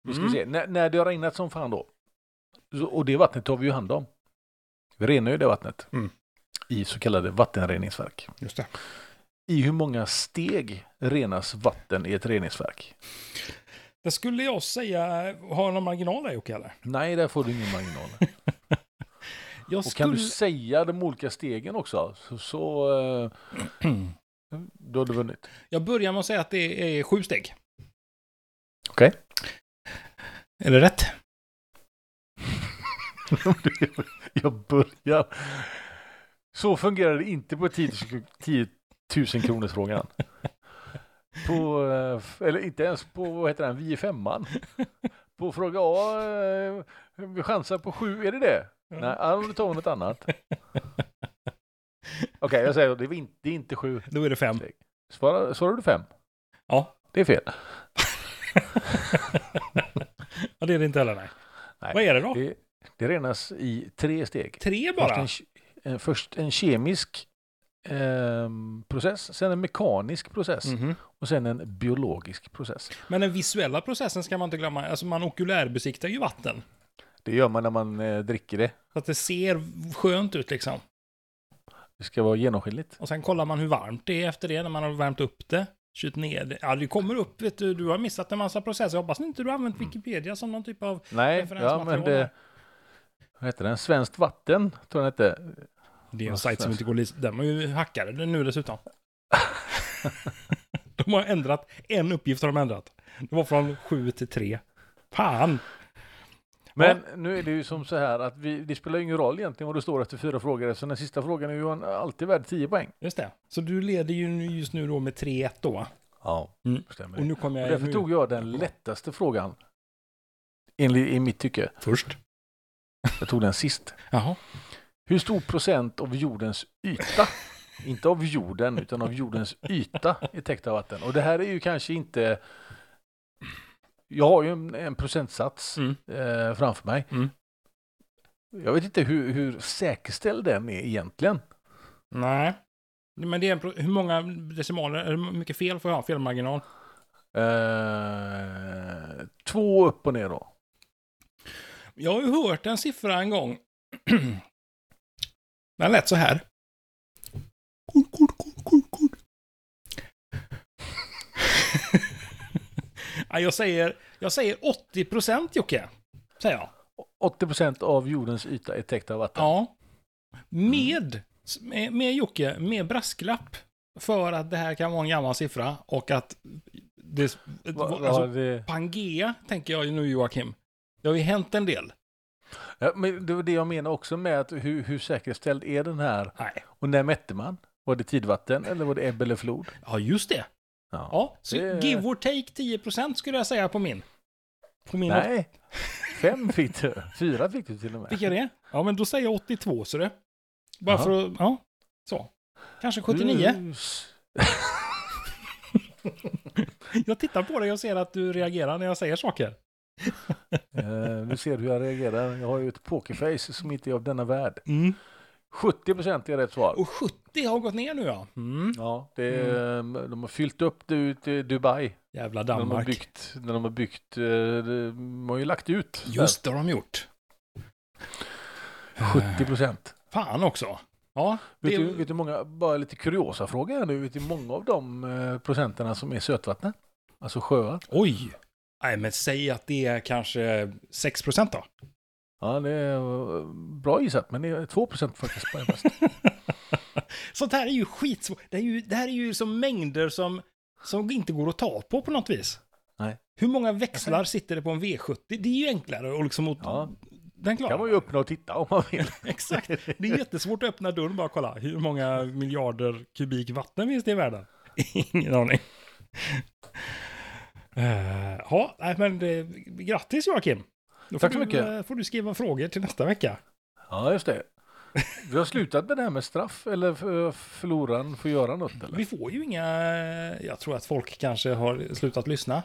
S1: Nu ska vi
S2: Mm.
S1: se. När, när det har regnat som fan då. Så, och det vattnet tar vi ju hand om. Vi renar ju det vattnet.
S2: Mm.
S1: I så kallade vattenreningsverk.
S2: Just det.
S1: I hur många steg renas vatten i ett reningsverk?
S2: Det skulle jag säga, har någon marginal där Jocke eller?
S1: Nej, där får du ingen marginal.
S2: Jag
S1: Och kan du säga de olika stegen också, så, så eh, då har du vunnit.
S2: Jag börjar med att säga att det är sju steg.
S1: Okej.
S2: Är det rätt?
S1: Jag börjar. Så fungerar det inte på 10 10 000 kronors frågan. På, eh, f- eller inte ens på, vad heter den, vi är femman. På fråga A, eh, vi chansar på sju, är det det? Nej, ja, då tar vi något annat. Okej, jag säger, det är inte, det är inte sju.
S2: Då är det fem.
S1: Svarar, svarar du fem?
S2: Ja.
S1: Det är fel.
S2: ja, det är det inte heller nej.
S1: Nej.
S2: Vad är det då?
S1: Det, det renas i tre steg.
S2: Tre
S1: Först
S2: bara?
S1: en, ke- en, först en kemisk ehm, process, sen en mekanisk process
S2: Mhm.
S1: och sen en biologisk process.
S2: Men den visuella processen ska man inte glömma. Alltså man okulärbesiktar ju vatten.
S1: Det gör man när man eh, dricker det.
S2: Så att det ser skönt ut liksom.
S1: Det ska vara genomskinligt.
S2: Och sen kollar man hur varmt det är efter det när man har värmt upp det. Kylt ner det. Ja, det kommer upp, vet du. Du har missat en massa processer. Jag hoppas inte du har använt Wikipedia som någon typ av...
S1: Nej,
S2: Referensmaterial
S1: jag använde, vad heter den, Svenskt vatten, tror jag den hette.
S2: Det är en
S1: Vad
S2: sajt som
S1: fräs.
S2: inte går lis- Den har ju hackade den nu dessutom. de har ändrat, en uppgift har de ändrat. Det var från sju till tre. Fan!
S1: Men nu är det ju som så här att vi, det spelar ju ingen roll egentligen vad du står efter fyra frågor eftersom den sista frågan är ju an- alltid värd 10 poäng.
S2: Just det. Så du leder ju nu- just nu då med 3-1 då.
S1: Ja,
S2: Mm.
S1: stämmer.
S2: Och
S1: det.
S2: nu kommer
S1: Och
S2: jag...
S1: därför
S2: nu-
S1: tog jag den lättaste frågan. Enligt, I mitt tycke.
S2: Först.
S1: Jag tog den sist.
S2: Jaha.
S1: Hur stor procent av jordens yta, inte av jorden, utan av jordens yta är täckt av vatten? Och det här är ju kanske inte... Jag har ju en, en procentsats
S2: Mm.
S1: eh, framför mig.
S2: Mm.
S1: Jag vet inte hur, hur säkerställd den är egentligen.
S2: Nej. Men det är en, pro- hur många decimaler, eller hur mycket fel får jag ha? Felmarginal?
S1: Eh, två upp och ner då.
S2: Jag har ju hört en siffra en gång. Den lät så här. Kurr, kurr, kurr, kurr, kurr. ja, jag, säger, jag säger 80 procent Jocke. Säger jag.
S1: 80 procent av jordens yta är täckt av vatten.
S2: Ja. Med, med, med Jocke, med brasklapp. För att det här kan vara en gammal siffra och att det,
S1: Va, va,
S2: alltså,
S1: det,
S2: Pangea tänker jag ju nu Joakim. Det har ju hänt en del.
S1: ja, men det var det jag menar också med att hur, hur säkerställd är den här?
S2: Nej.
S1: Och när mätte man? Var det tidvatten eller var det ebb eller flod?
S2: Ja, just det.
S1: Ja.
S2: Ja, så
S1: Det-
S2: give or take 10% skulle jag säga på min. På min åt-
S1: Nej, fem fick du. Fyra fick du till och med.
S2: Fick jag det? Ja, men då säger jag 82 så det. Bara
S1: Jaha. Mm.
S2: för att, ja. Så. Kanske 79.
S1: Du s-
S2: Jag tittar på dig och ser att du reagerar när jag säger saker.
S1: Eh, nu ser du hur jag reagerar. Jag har ju ett pokerface som inte är av denna värld.
S2: Mm.
S1: 70 procent är rätt svar.
S2: Och 70 har gått ner nu ja. Mm.
S1: Ja, det är, eh, de har fyllt upp det ut i Dubai.
S2: Jävla
S1: När de, har
S2: Mm. Danmark.
S1: byggt, när de har byggt, eh, de har ju lagt ut
S2: Just det har de gjort.
S1: där. 70 procent.
S2: Fan också. Ja,
S1: Eh. Vet,
S2: det-
S1: du, vet du hur många, bara lite kuriosa frågor här nu, vet du hur många av de eh, procenterna som är sötvatten? Alltså sjöar?
S2: oj. Nej, men säg att det är kanske 6% då.
S1: Ja, det är eh, bra gissat, men det är 2 procent faktiskt. På den bästa.
S2: Sånt här är ju skitsvårt. Det, är ju- det här är ju som mängder som, som inte går att ta på på något vis.
S1: Nej.
S2: Hur många växlar sitter det på en V70? Det är ju enklare och liksom mot...
S1: Ja.
S2: Den klarar
S1: kan man ju öppna och titta om man vill.
S2: Exakt. Det är jättesvårt att öppna dörren och bara kolla. Hur många miljarder kubik vatten finns det i världen? Ingen aning. Eh, Ja, nej men det, grattis Joakim. Då
S1: Tack
S2: får du,
S1: så mycket.
S2: eh, får du skriva frågor till nästa vecka.
S1: Ja, just det. Vi har slutat med det här med straff eller f- förloraren får göra något eller?
S2: Vi får ju inga... eh, Jag tror att folk kanske har slutat lyssna.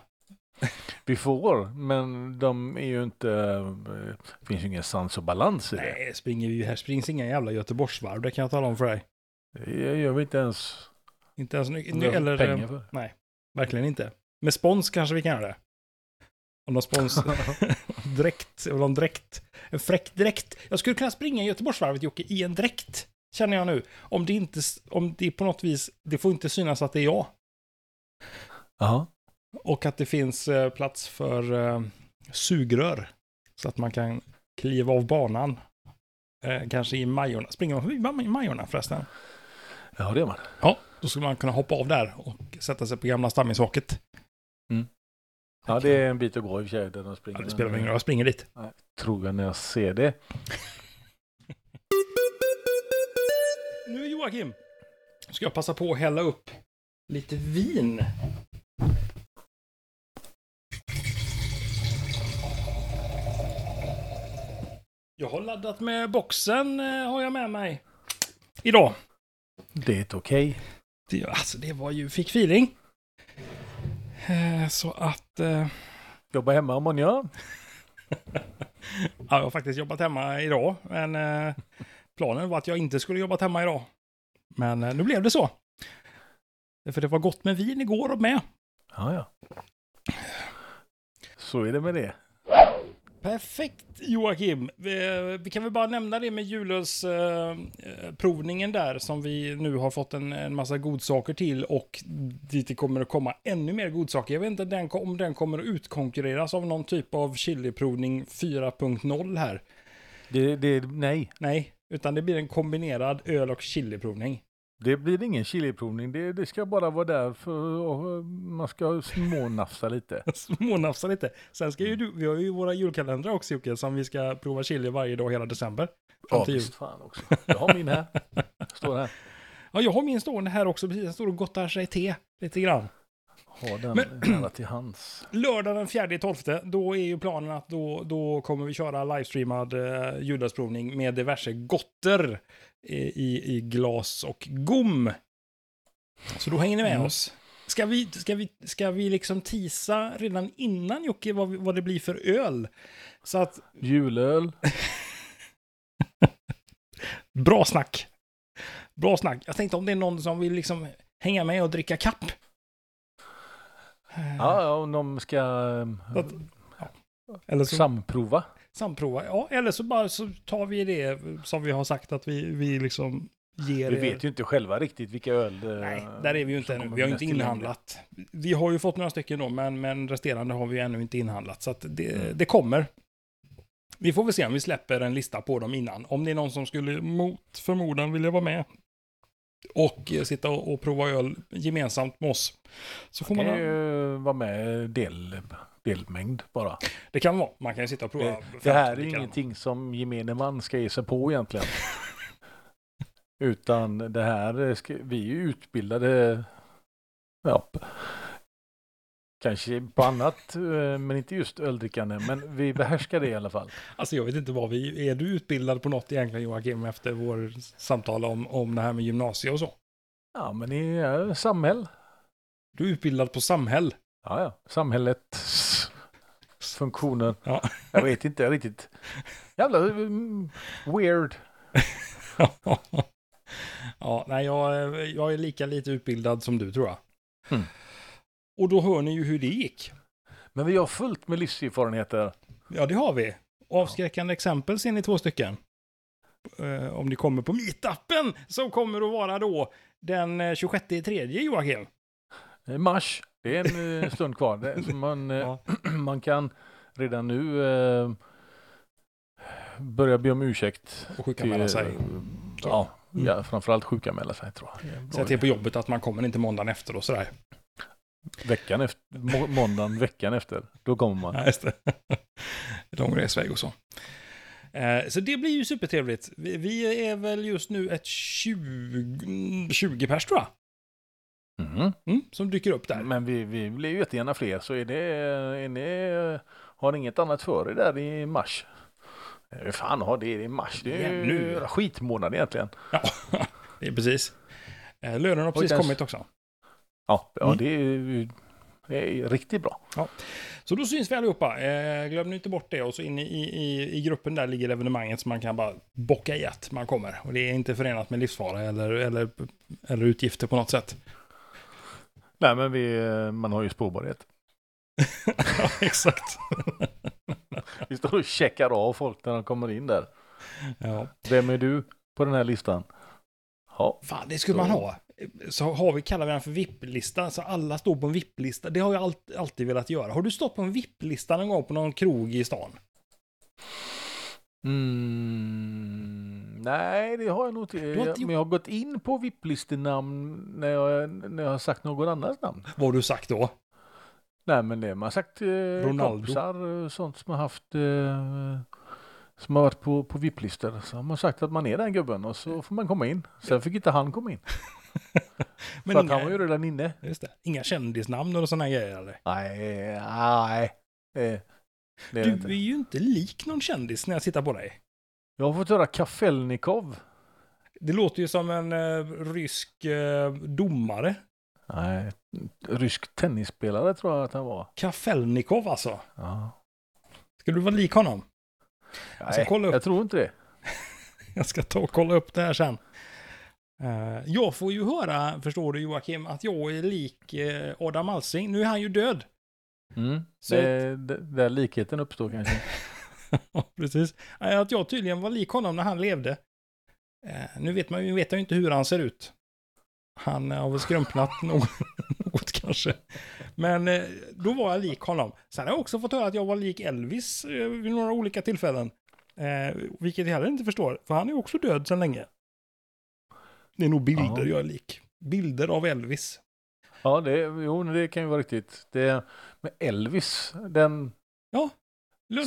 S1: Vi får, men de är ju inte, eh, det finns ju ingen sans och balans i det.
S2: Nej, det springer vi, här springs inga jävla Göteborgsvarv, det kan jag tala om för dig.
S1: Det gör vi inte ens
S2: Inte ens nu,
S1: om vi
S2: nu
S1: har
S2: eller eh,
S1: pengar för.
S2: verkligen inte. Med spons kanske vi kan göra det. Om de spons direkt, om de direkt, en fräck direkt. Jag skulle kunna springa Göteborgsvarvet Jocke i en dräkt, känner jag nu. Om det inte, s- om det på något vis, det får inte synas att det är jag.
S1: Ja,
S2: Och att det finns eh, plats för eh, sugrör. Så att man kan kliva av banan. Eh, kanske i Majorna. Springer man förbi Ma- Majorna förresten?
S1: ja det är man.
S2: Ja, då skulle man kunna hoppa av där och sätta sig på gamla stammishaket.
S1: Ja, det är en bit att gå i och för sig där de
S2: Ja,
S1: springer.
S2: det spelar väl ingen roll, jag springer dit.
S1: Tror jag när jag ser det.
S2: Nu Joakim, ska jag passa på att hälla upp lite vin. Jag har laddat med boxen, eh, har jag med mig. Idag.
S1: Det är ett okej.
S2: Det, alltså det var ju, fick feeling. Eh, så att... Eh,
S1: Jobba hemma om man gör.
S2: Ja, jag har faktiskt jobbat hemma idag, men eh, planen var att jag inte skulle jobbat hemma idag. Men eh, nu blev det så. För det var gott med vin igår och med.
S1: Ja, ja. Så är det med det.
S2: Perfekt Joakim. Vi, eh, vi kan väl bara nämna det med julölsprovningen där som vi nu har fått en, en massa godsaker till och dit det kommer att komma ännu mer godsaker. Jag vet inte den, om den kommer att utkonkurreras av någon typ av chiliprovning 4.0 här.
S1: det, det nej,
S2: Nej, utan det blir en kombinerad öl och chiliprovning.
S1: det blir ingen chiliprovning. Det, det ska bara vara där för och man ska smånafsa lite.
S2: smånafsa lite. Sen ska ju du, vi har ju våra julkalendrar också Jocke, som vi ska prova chili varje dag hela december. Fram
S1: Ja,
S2: till jul.
S1: visst fan också. Jag har min här. Står här.
S2: Ja, jag har min stående här också, precis. Den står och gottar sig i te lite grann.
S1: Har den
S2: Men-
S1: nära till hands.
S2: Lördag den 4-12, då är ju planen att då, då kommer vi köra livestreamad eh, judassprovning med diverse gotter i, i, i glas och gom. Så då hänger ni med
S1: Mm.
S2: oss. Ska vi, ska, vi, ska vi liksom tisa redan innan Jocke vad, vi- vad det blir för öl? Så att
S1: Julöl.
S2: Bra snack. Bra snack. Jag tänkte om det är någon som vill liksom hänga med och dricka kapp. Eh,
S1: Ja, ja, om de ska
S2: så
S1: eh,
S2: att- ja. Eller så
S1: samprova.
S2: samprova. Ja, eller så bara så tar vi det som vi har sagt att vi, vi liksom ger
S1: Vi
S2: er.
S1: vet ju inte själva riktigt vilka öl eh, det-
S2: Nej, där är vi ju inte
S1: som
S2: ännu.
S1: kommer
S2: Vi har ju
S1: mest
S2: inte
S1: tillgängligt.
S2: inhandlat. Vi har ju fått några stycken då, men, men resterande har vi ju ännu inte inhandlat. Så att det,
S1: Mm.
S2: det kommer. Vi får väl se om vi släpper en lista på dem innan. Om det är någon som skulle mot förmodan vilja vara med och eh, sitta och, och prova öl gemensamt med oss. Så får
S1: Det
S2: man,
S1: kan ju vara med del, delmängd bara.
S2: det kan vara. Man kan ju sitta och prova.
S1: Det, det
S2: 50
S1: här är ju
S2: gram.
S1: ingenting som gemene man ska ge sig på egentligen. Utan det här, ska, vi är ju utbildade, ja, p- kanske på annat, eh, men inte just öldrickande, men vi behärskar det i alla fall.
S2: Alltså jag vet inte vad vi... Är du utbildad på något egentligen Joakim efter vår samtal om, om det här med gymnasie och så?
S1: Ja, men i eh, samhäll,
S2: Du är utbildad på samhäll.
S1: ja, ja, samhällets funktioner.
S2: Ja.
S1: Jag vet inte riktigt. Jävla mm, weird.
S2: ja, nej, jag, är- jag är lika lite utbildad som du tror jag.
S1: Mm.
S2: Och då hör ni ju hur det gick.
S1: Men vi har fullt med livserfarenheter.
S2: Ja, det har vi. Avskräckande exempel ser ni två stycken. Eh, om ni kommer på meetupen som kommer att vara då den eh, 26 i tredje Joakim.
S1: Eh, Mars, det är en eh, stund kvar. Det, så man, eh,
S2: Ja.
S1: man kan redan nu eh, börja be om ursäkt.
S2: Och sjukanmäla
S1: till,
S2: sig. Mm.
S1: eh, Ja, ja, framförallt sjukanmäla sig tror jag. Det är en bra
S2: Säg till
S1: idé.
S2: på jobbet att man kommer inte måndagen efter och sådär.
S1: Veckan efter, må, måndagen veckan efter, då kommer man.
S2: Ja, just det. Lång resväg och så. Eh, Så det blir ju supertrevligt. Vi- Vi är väl just nu ett 20, 20 pers tror jag.
S1: Mhm.
S2: Mm, som dyker upp där.
S1: Men vi, vi blir ju jättegärna fler, så är det, är ni, har ni inget annat för er där i mars? Eh, Hur fan har det i mars? Det är
S2: Ja,
S1: ju
S2: nu.
S1: ja, skitmånad egentgen.
S2: Ja, det är precis. Eh, Lönen har precis
S1: den-
S2: kommit också.
S1: Ja, ja
S2: Mm.
S1: det, är, ju- det är riktigt bra.
S2: Så då syns vi allihopa. Eh, glöm nu inte bort det. Och så inne i, i, i gruppen där ligger evenemanget så man kan bara bocka i att man kommer. Och det är inte förenat med livsfara eller, eller, eller utgifter på något sätt.
S1: Nej, men vi, man har ju spårbarhet.
S2: ja, exakt.
S1: Vi står och checkar av folk när de kommer in där.
S2: Ja.
S1: Vem är du på den här listan? Ja,
S2: Fan, det skulle
S1: Så-
S2: man ha. Så har vi, kallar vi den för VIP-lista, så alla står på en VIP-lista. Det har jag allt, alltid velat göra. Har du stått på en VIP-lista någon gång på någon krog i stan?
S1: Mm, nej, det har jag nog inte.
S2: har inte
S1: Jag,
S2: gjort-
S1: men jag har gått in på VIP-listenamn när jag, när jag har sagt någon annans namn.
S2: Vad har du sagt då?
S1: Nej, men det man har sagt eh,
S2: Ronaldo.
S1: kompisar och sånt som har haft eh, som har varit på, på VIP-listor. Så har man sagt att man är den gubben och så får man komma in. Sen fick inte han komma in.
S2: Men
S1: för att
S2: inga,
S1: han var ju redan inne.
S2: just det, inga kändisnamn och sådana grejer eller?
S1: Nej, nej. eh, Det är det
S2: Du är
S1: inte.
S2: ju inte lik någon kändis när jag tittar på dig.
S1: Jag har fått höra Kafelnikov.
S2: Det låter ju som en eh, rysk eh, domare.
S1: Nej, rysk tennisspelare tror jag att han var.
S2: Kafelnikov alltså.
S1: Ja.
S2: Ska du vara lik honom?
S1: Nej,
S2: ska Alltså, kolla upp.
S1: jag tror inte det.
S2: Jag ska ta och kolla upp det här sen. Eh, jag får ju höra, förstår du Joakim, att jag är lik eh, Adam Alsing. Nu är han ju död.
S1: Mm.
S2: Så
S1: det, det där likheten uppstår kanske.
S2: Ja, Precis. Eh, Att jag tydligen var lik honom när han levde. Eh, nu vet man ju vet jag ju inte hur han ser ut. Han eh, har väl skrumpnat något, något kanske. Men eh, då var jag lik honom. Sen har jag också fått höra att jag var lik Elvis eh, vid några olika tillfällen. Eh, vilket jag heller inte förstår, för han är ju också död sedan länge. Det är nog bilder
S1: Ja.
S2: jag är lik. Bilder av Elvis.
S1: Ja, det, jo, det kan ju vara riktigt. Det, men Elvis, den starkt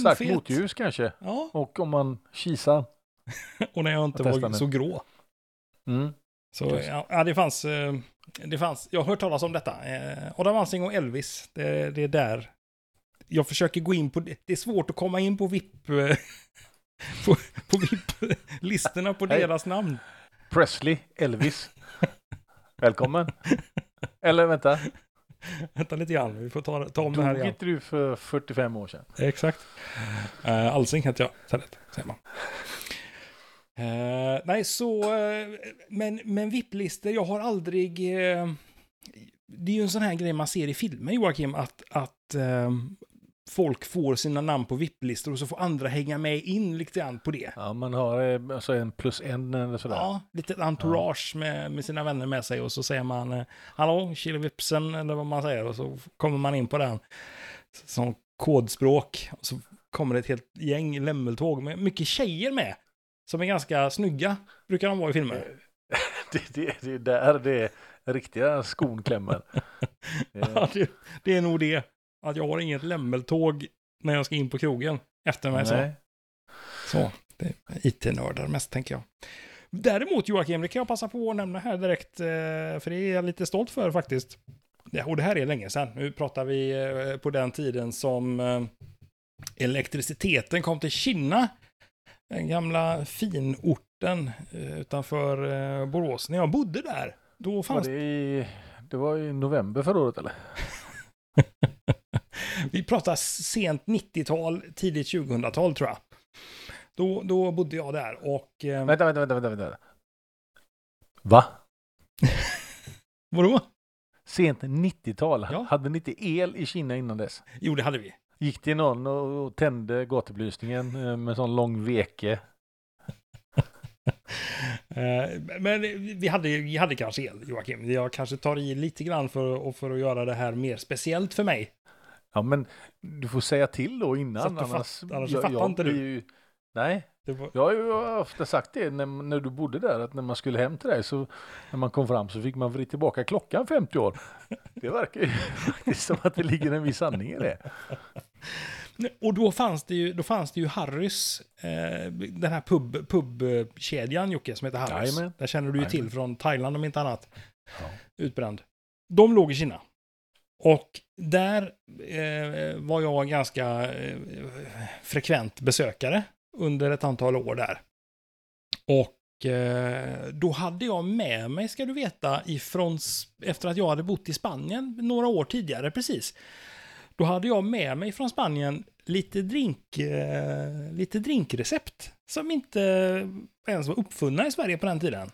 S2: Lönnfet.
S1: motljus kanske.
S2: Ja,
S1: Och om man kisar.
S2: och när jag inte
S1: Jag testar
S2: var
S1: nu.
S2: så grå.
S1: Mm.
S2: Så
S1: Just.
S2: ja, ja, det fanns, eh, det fanns, jag har hört talas om detta. Eh, Adam Alsing och Elvis, det, det är där. Jag försöker gå in på, det det är svårt att komma in på VIP, eh, på, på VIP-listorna på
S1: Hej.
S2: deras namn.
S1: Presley, Elvis. Välkommen. Eller vänta,
S2: Vänta lite grann, vi får ta, ta om det här
S1: dog
S2: igen.
S1: inte du för 45 år sedan?
S2: Exakt. Eh, Alsing heter jag istället, säger man. Eh, nej, så, eh, men, men VIP-listor, jag har aldrig... eh, det är ju en sån här grej man ser i filmer, Joakim, att, att eh, folk får sina namn på VIP-listor och så får andra hänga med in lite grann på det.
S1: Ja, man har eh, alltså en plus en eller sådär.
S2: Ja, lite entourage med, med sina vänner med sig och så säger man eh, hallå, Killevipsen eller vad man säger och så kommer man in på den som kodspråk. Och så kommer det ett helt gäng lämmeltåg med mycket tjejer med som är ganska snygga, brukar de vara i filmer.
S1: Det, det, det är där det riktiga skon klämmer. Eh,
S2: Ja, det, det är nog det. Att jag har inget lämmeltåg när jag ska in på krogen efter mig. Så.
S1: nej.
S2: så det är IT-nördar mest, tänker jag. Däremot Joakim, det kan jag passa på att nämna här direkt, eh, för det är jag lite stolt för faktiskt. Ja, och det här är länge sedan. Nu pratar vi eh, på den tiden som eh, elektriciteten kom till Kina. Den gamla finorten eh, utanför eh, Borås. När jag bodde där, då
S1: Var
S2: fanns
S1: det, i, det var i november förra året eller?
S2: Vi pratar sent 90-tal, tidigt 2000-tal tror jag. Då, då bodde jag där och... Eh,
S1: Vänta, vänta, vänta, vänta, vänta. Va?
S2: vadå?
S1: Sent 90-tal?
S2: Ja.
S1: Hade ni inte el i Kina innan dess?
S2: Jo, det hade vi.
S1: Gick det någon och och tände gatubelysningen eh, med sån lång veke?
S2: Eh, men vi hade, vi hade kanske el, Joakim. Jag kanske tar i lite grann för, och för att göra det här mer speciellt för mig.
S1: Ja, men du får säga till då innan.
S2: Så att du fatt- annars fattar inte du.
S1: blir Ju, nej,
S2: Det var,
S1: jag har ju ofta sagt det när, när du bodde där att när man skulle hem till dig så när man kom fram så fick man vrida tillbaka klockan 50 år. Det verkar ju faktiskt som att det ligger en viss sanning i det.
S2: och då fanns det ju, då fanns det ju Harrys, eh, den här pub- pubkedjan Jocke, som heter Harrys.
S1: Jajamän.
S2: Den känner du ju till
S1: Jajamän.
S2: från Thailand om inte annat.
S1: Ja.
S2: Utbränd. De låg i Kina. Och där eh, var jag ganska eh, frekvent besökare under ett antal år där. Och eh, då hade jag med mig, ska du veta, ifrån, S- efter att jag hade bott i Spanien några år tidigare precis. Då hade jag med mig från Spanien lite, drink, eh, lite drinkrecept som inte ens var uppfunna i Sverige på den tiden.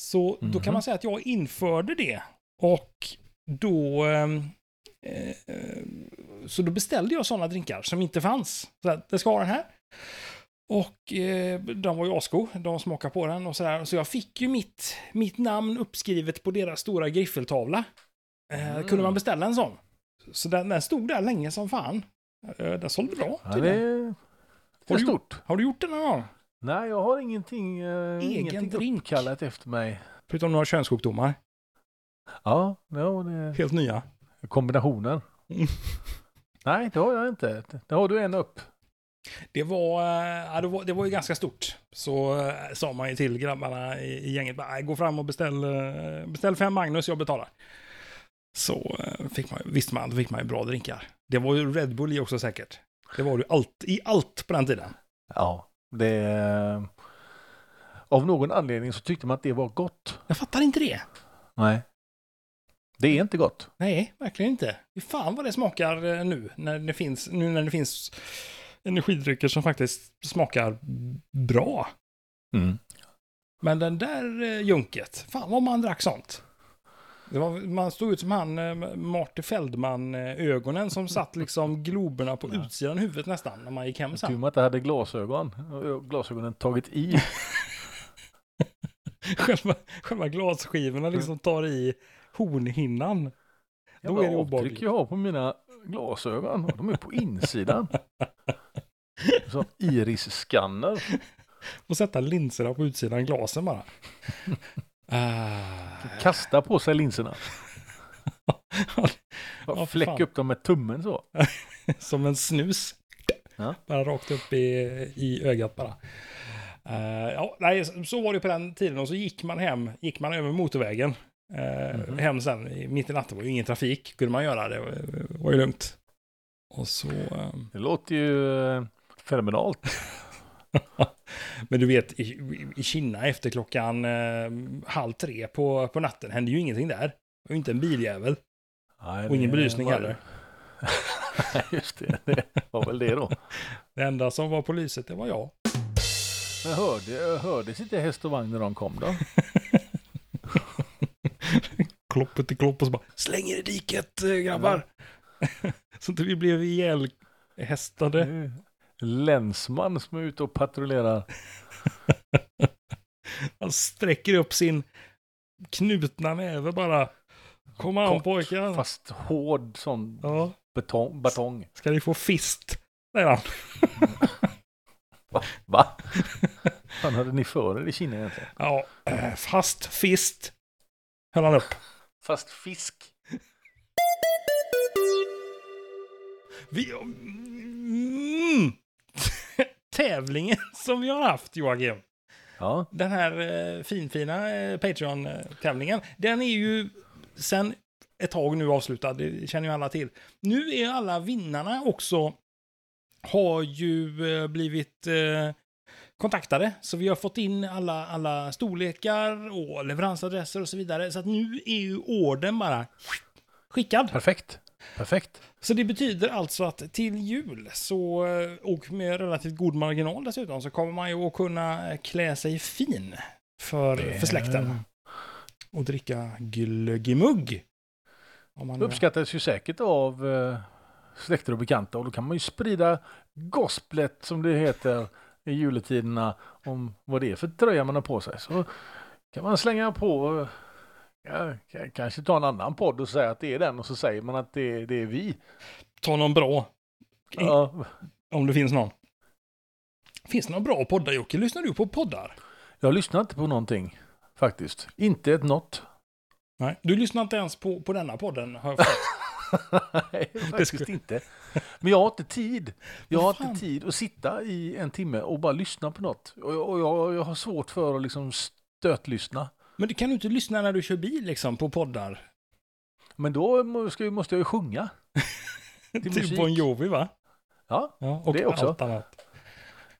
S2: Så då
S1: Mhm.
S2: kan man säga att jag införde det. Och då... ehm, Eh, eh, så då beställde jag sådana drinkar som inte fanns. Så här, det ska ha den här. Och eh, de var ju asgo, de smakade på den och sådär. Så jag fick ju mitt, mitt namn uppskrivet på deras stora griffeltavla. Eh,
S1: Mm.
S2: Kunde man beställa en sån. Så den, den stod där länge som fan. Eh, den sålde bra
S1: Ja, det
S2: tydligen.
S1: är, det
S2: Har
S1: är
S2: du-
S1: stort.
S2: Har du gjort den någon gång?
S1: Nej, jag har ingenting, eh,
S2: Egen
S1: ingenting
S2: drink.
S1: uppkallat efter mig.
S2: Förutom några könssjukdomar.
S1: Ja, no, det
S2: Helt nya.
S1: är kombinationer.
S2: Mm.
S1: Nej, det har jag inte. Det har du en upp.
S2: Det var, eh, ja, det var, det var ju ganska stort. Så eh, sa man ju till grabbarna i, i gänget, bara, "Nej, gå fram och beställ, eh, beställ fem Magnus, jag betalar. Så eh, fick man, visste man, då fick man ju bra drinkar. Det var ju Red Bull i också säkert. Det var ju allt, i allt på den tiden.
S1: Ja, det... eh, Av någon anledning så tyckte man att det var gott.
S2: Jag fattar inte det.
S1: Nej. Det är inte gott.
S2: Nej, verkligen inte. Fy fan vad det smakar eh, nu när det finns, nu när det finns energidrycker som faktiskt smakar bra.
S1: Mm.
S2: Men den där eh, junket, fan vad man drack sånt. Det var, man stod ut som han, eh, Marty Feldman-ögonen som satt liksom globerna på
S1: Ja.
S2: utsidan av huvudet nästan när man gick hem
S1: Tur
S2: sen.
S1: man inte hade glasögon. Ö- Glasögonen tagit i.
S2: Själva, själva glasskivorna liksom tar i hornhinnan. Då är det
S1: Jävla
S2: obehagligt.
S1: avtryck jag har på mina glasögon. och De är på insidan. Som iris-scanner.
S2: Och sätta linserna på utsidan av glasen bara. Ah.
S1: Kasta på sig linserna.
S2: Ja,
S1: Fläck
S2: fan.
S1: upp dem med tummen så.
S2: Som en snus.
S1: Ja.
S2: Bara rakt upp i, i ögat bara. Eh, ja, nej, så- så var det på den tiden och så gick man hem, gick man över motorvägen. eh,
S1: Mhm.
S2: Hem sen, i- mitt i natten var ju ingen trafik, kunde man göra, det var, var ju lugnt. Och så, eh,
S1: Det låter ju eh, fenomenalt.
S2: men du vet, i, i Kina efter klockan eh, halv tre på, på natten hände ju ingenting där. Och inte en biljävel.
S1: Nej,
S2: Och ingen
S1: det
S2: belysning
S1: var-
S2: heller.
S1: Nej, Just det, det var väl det då.
S2: Det enda som var på lyset, det var jag.
S1: Men hörde, hördes inte häst och vagn när de kom då?
S2: Kloppet i klopp och så bara slänger i diket eh, grabbar. så inte vi blev ihjälhästade.
S1: Det är Länsman som är ute och patrullerar.
S2: Han sträcker upp sin knutna näve bara. Kom an
S1: Kort,
S2: pojkar.
S1: Fast hård sån
S2: Ja,
S1: betong. batong.
S2: ska ni få fist? Säger han.
S1: Va? Fan hade ni för er i Kina egentligen?
S2: Ja, eh, fast fist. Höll han upp.
S1: Fast fisk.
S2: Vi, mm, tävlingen som vi har haft Joakim.
S1: Ja.
S2: Den här eh, finfina eh, Patreon-tävlingen. Den är ju sen ett tag nu avslutad. Det känner ju alla till. Nu är alla vinnarna också har ju eh, blivit eh, kontaktade. Så vi har fått in alla, alla storlekar och leveransadresser och så vidare. Så att nu är ju ordern bara skickad.
S1: Perfekt. Perfekt.
S2: Så det betyder alltså att till jul, så, eh, och med relativt god marginal dessutom, så kommer man ju att kunna eh, klä sig fin för, för släkten. Och dricka glöggimugg. Om man
S1: Det
S2: nu-
S1: uppskattas ju säkert av eh, släkter och bekanta och då kan man ju sprida gospelet som det heter i juletiderna om vad det är för tröja man har på sig. Så kan man slänga på, eh, ja, k- kanske ta en annan podd och säga att det är den och så säger man att det, det är vi.
S2: Ta eh, någon bra,
S1: Ja,
S2: om det finns någon. Finns det några bra poddar, Jocke? Lyssnar du på poddar?
S1: jag lyssnar inte på någonting faktiskt. Inte ett något.
S2: Nej. Du lyssnar inte ens på, på denna podden, har jag förstått.
S1: Nej, faktiskt inte. Men jag har inte tid. Jag har
S2: Fan.
S1: inte tid att sitta i en timme och bara lyssna på något. Och jag, och jag, jag har svårt för att liksom stötlyssna.
S2: Men du kan ju inte lyssna när du kör bil, liksom, på poddar.
S1: Men då må- ska, måste jag ju sjunga. Till
S2: Typ
S1: musik.
S2: Bon Jovi, va?
S1: Ja,
S2: Ja, och
S1: Det också.
S2: allt annat.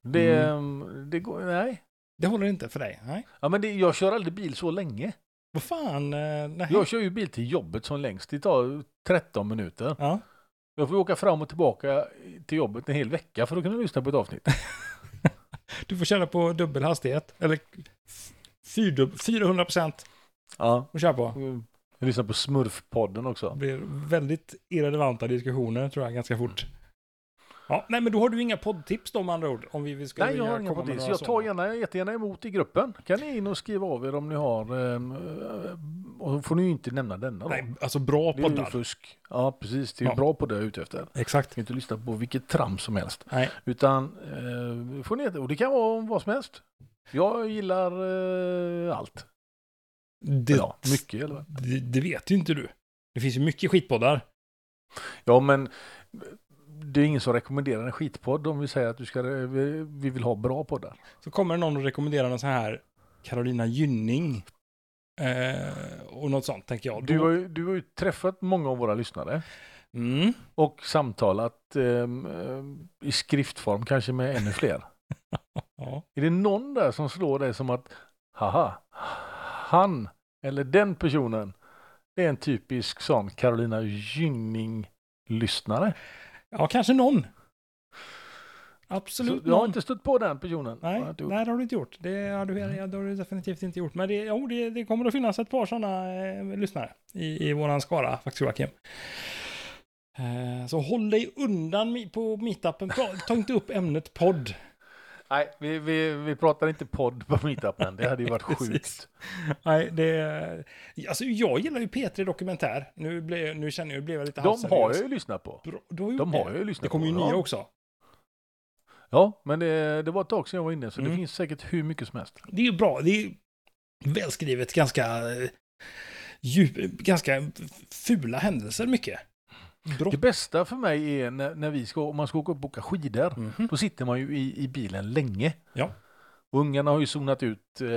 S1: det, ehm, det går, nej.
S2: Det håller inte för dig? Nej.
S1: Ja, men det, jag kör aldrig bil så länge.
S2: Vad fan? eh, Nej.
S1: Jag kör ju bil till jobbet som längst. Det tar 13 minuter.
S2: Ja.
S1: Jag får åka fram och tillbaka till jobbet en hel vecka för att kunna lyssna på ett avsnitt.
S2: Du får köra på dubbel hastighet. Eller f- fyrdubb- 400 procent
S1: Ja.
S2: att köra på.
S1: Jag lyssnar på Smurfpodden
S2: Det
S1: också.
S2: blir väldigt irrelevanta diskussioner tror jag ganska fort. Ja, nej men då har du inga poddtips då med andra ord. Om vi, vi skulle
S1: Nej, jag
S2: vilja
S1: har inga
S2: komma med
S1: poddis.
S2: några
S1: Jag tar
S2: sådana.
S1: gärna, jättegärna emot i gruppen. Kan ni in och skriva av er om ni har. ehm, eh, Och då får ni ju inte nämna denna då.
S2: Nej, alltså bra
S1: det är ju
S2: poddar.
S1: fusk. Ja, precis. Det är ju
S2: Ja.
S1: bra på det jag är ute efter.
S2: Exakt.
S1: ska inte lyssna på vilket trams som helst.
S2: Nej.
S1: Utan eh, får ni, och det kan vara om vad som helst. Jag gillar eh, allt.
S2: Det,
S1: Ja, mycket eller?
S2: det, det vet ju inte du. Det finns ju mycket skitpoddar.
S1: Ja, men det är ingen som rekommenderar en skitpodd om vi säger att du ska, eh, vi vi vill ha bra poddar.
S2: Så kommer det någon och rekommenderar någon så här Carolina Gynning. Eh, och något sånt tänker jag.
S1: Du
S2: Då-
S1: har, ju, du har ju träffat många av våra lyssnare
S2: mm.
S1: och samtalat ehm, ehm, i skriftform kanske med ännu fler.
S2: ja.
S1: Är det någon där som slår dig som att haha, han eller den personen det är en typisk sån Carolina Gynning-lyssnare?
S2: ja, kanske någon.
S1: Så
S2: Absolut
S1: Jag har
S2: någon.
S1: inte stött på den personen.
S2: Nej,
S1: Jag har inte gjort.
S2: nej, det har du inte gjort. Det har du, det har du definitivt inte gjort. Men det, jo, det, det kommer att finnas ett par sådana eh, lyssnare i, i våran skara, faktiskt Joakim. Eh, så håll dig undan mi- på meetupen. Ta, ta inte upp ämnet podd.
S1: Nej, vi, vi, vi pratar inte podd på meetupen. Det hade ju varit
S2: Precis.
S1: sjukt.
S2: Nej, det... Alltså, jag gillar ju P3 Dokumentär. Nu, blev nu känner jag, blev jag lite
S1: De
S2: halvseriös.
S1: har jag ju lyssnat på.
S2: Bra, du har gjort
S1: De
S2: det.
S1: har jag ju lyssnat
S2: Det kommer ju
S1: på.
S2: nya
S1: ja.
S2: också.
S1: Ja, men det, det var ett tag sedan jag var inne så
S2: Mm.
S1: det finns säkert hur mycket som helst.
S2: Det är ju bra. Det är ju välskrivet, ganska eh, djup, ganska fula händelser mycket. Brott.
S1: Det bästa för mig är när, när vi ska, om man ska åka och boka skidor.
S2: Mhm.
S1: Då sitter man ju i, i bilen länge.
S2: Ja.
S1: Och ungarna har ju zonat ut, eh,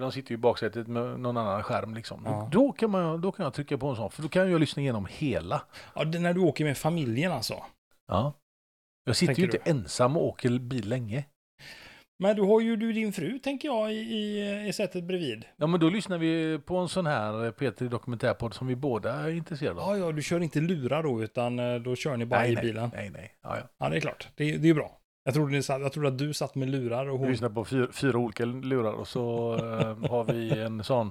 S1: de sitter ju i baksätet med någon annan skärm liksom.
S2: Ja.
S1: Då, kan man, då kan jag trycka på en sån, för då kan jag lyssna igenom hela.
S2: Ja, det är när du åker med familjen alltså.
S1: Ja. Jag sitter
S2: Tänker
S1: ju inte ensam och åker bil länge.
S2: Men du har ju du din fru, tänker jag, i, i, i sätet bredvid.
S1: Ja men då lyssnar vi på en sån här Petri dokumentärpodd som vi båda är intresserade av.
S2: Ja, ja, du kör inte lurar då, utan eh, då kör ni bara
S1: Nej,
S2: i
S1: nej.
S2: bilen.
S1: Nej nej, ja, ja.
S2: Ja, det är klart. Det, är- det är ju bra. Jag trodde, ni satt, jag trodde att du satt med lurar och
S1: Vi
S2: hon...
S1: lyssnar på fyra, fyra olika lurar och så eh, har vi en sån.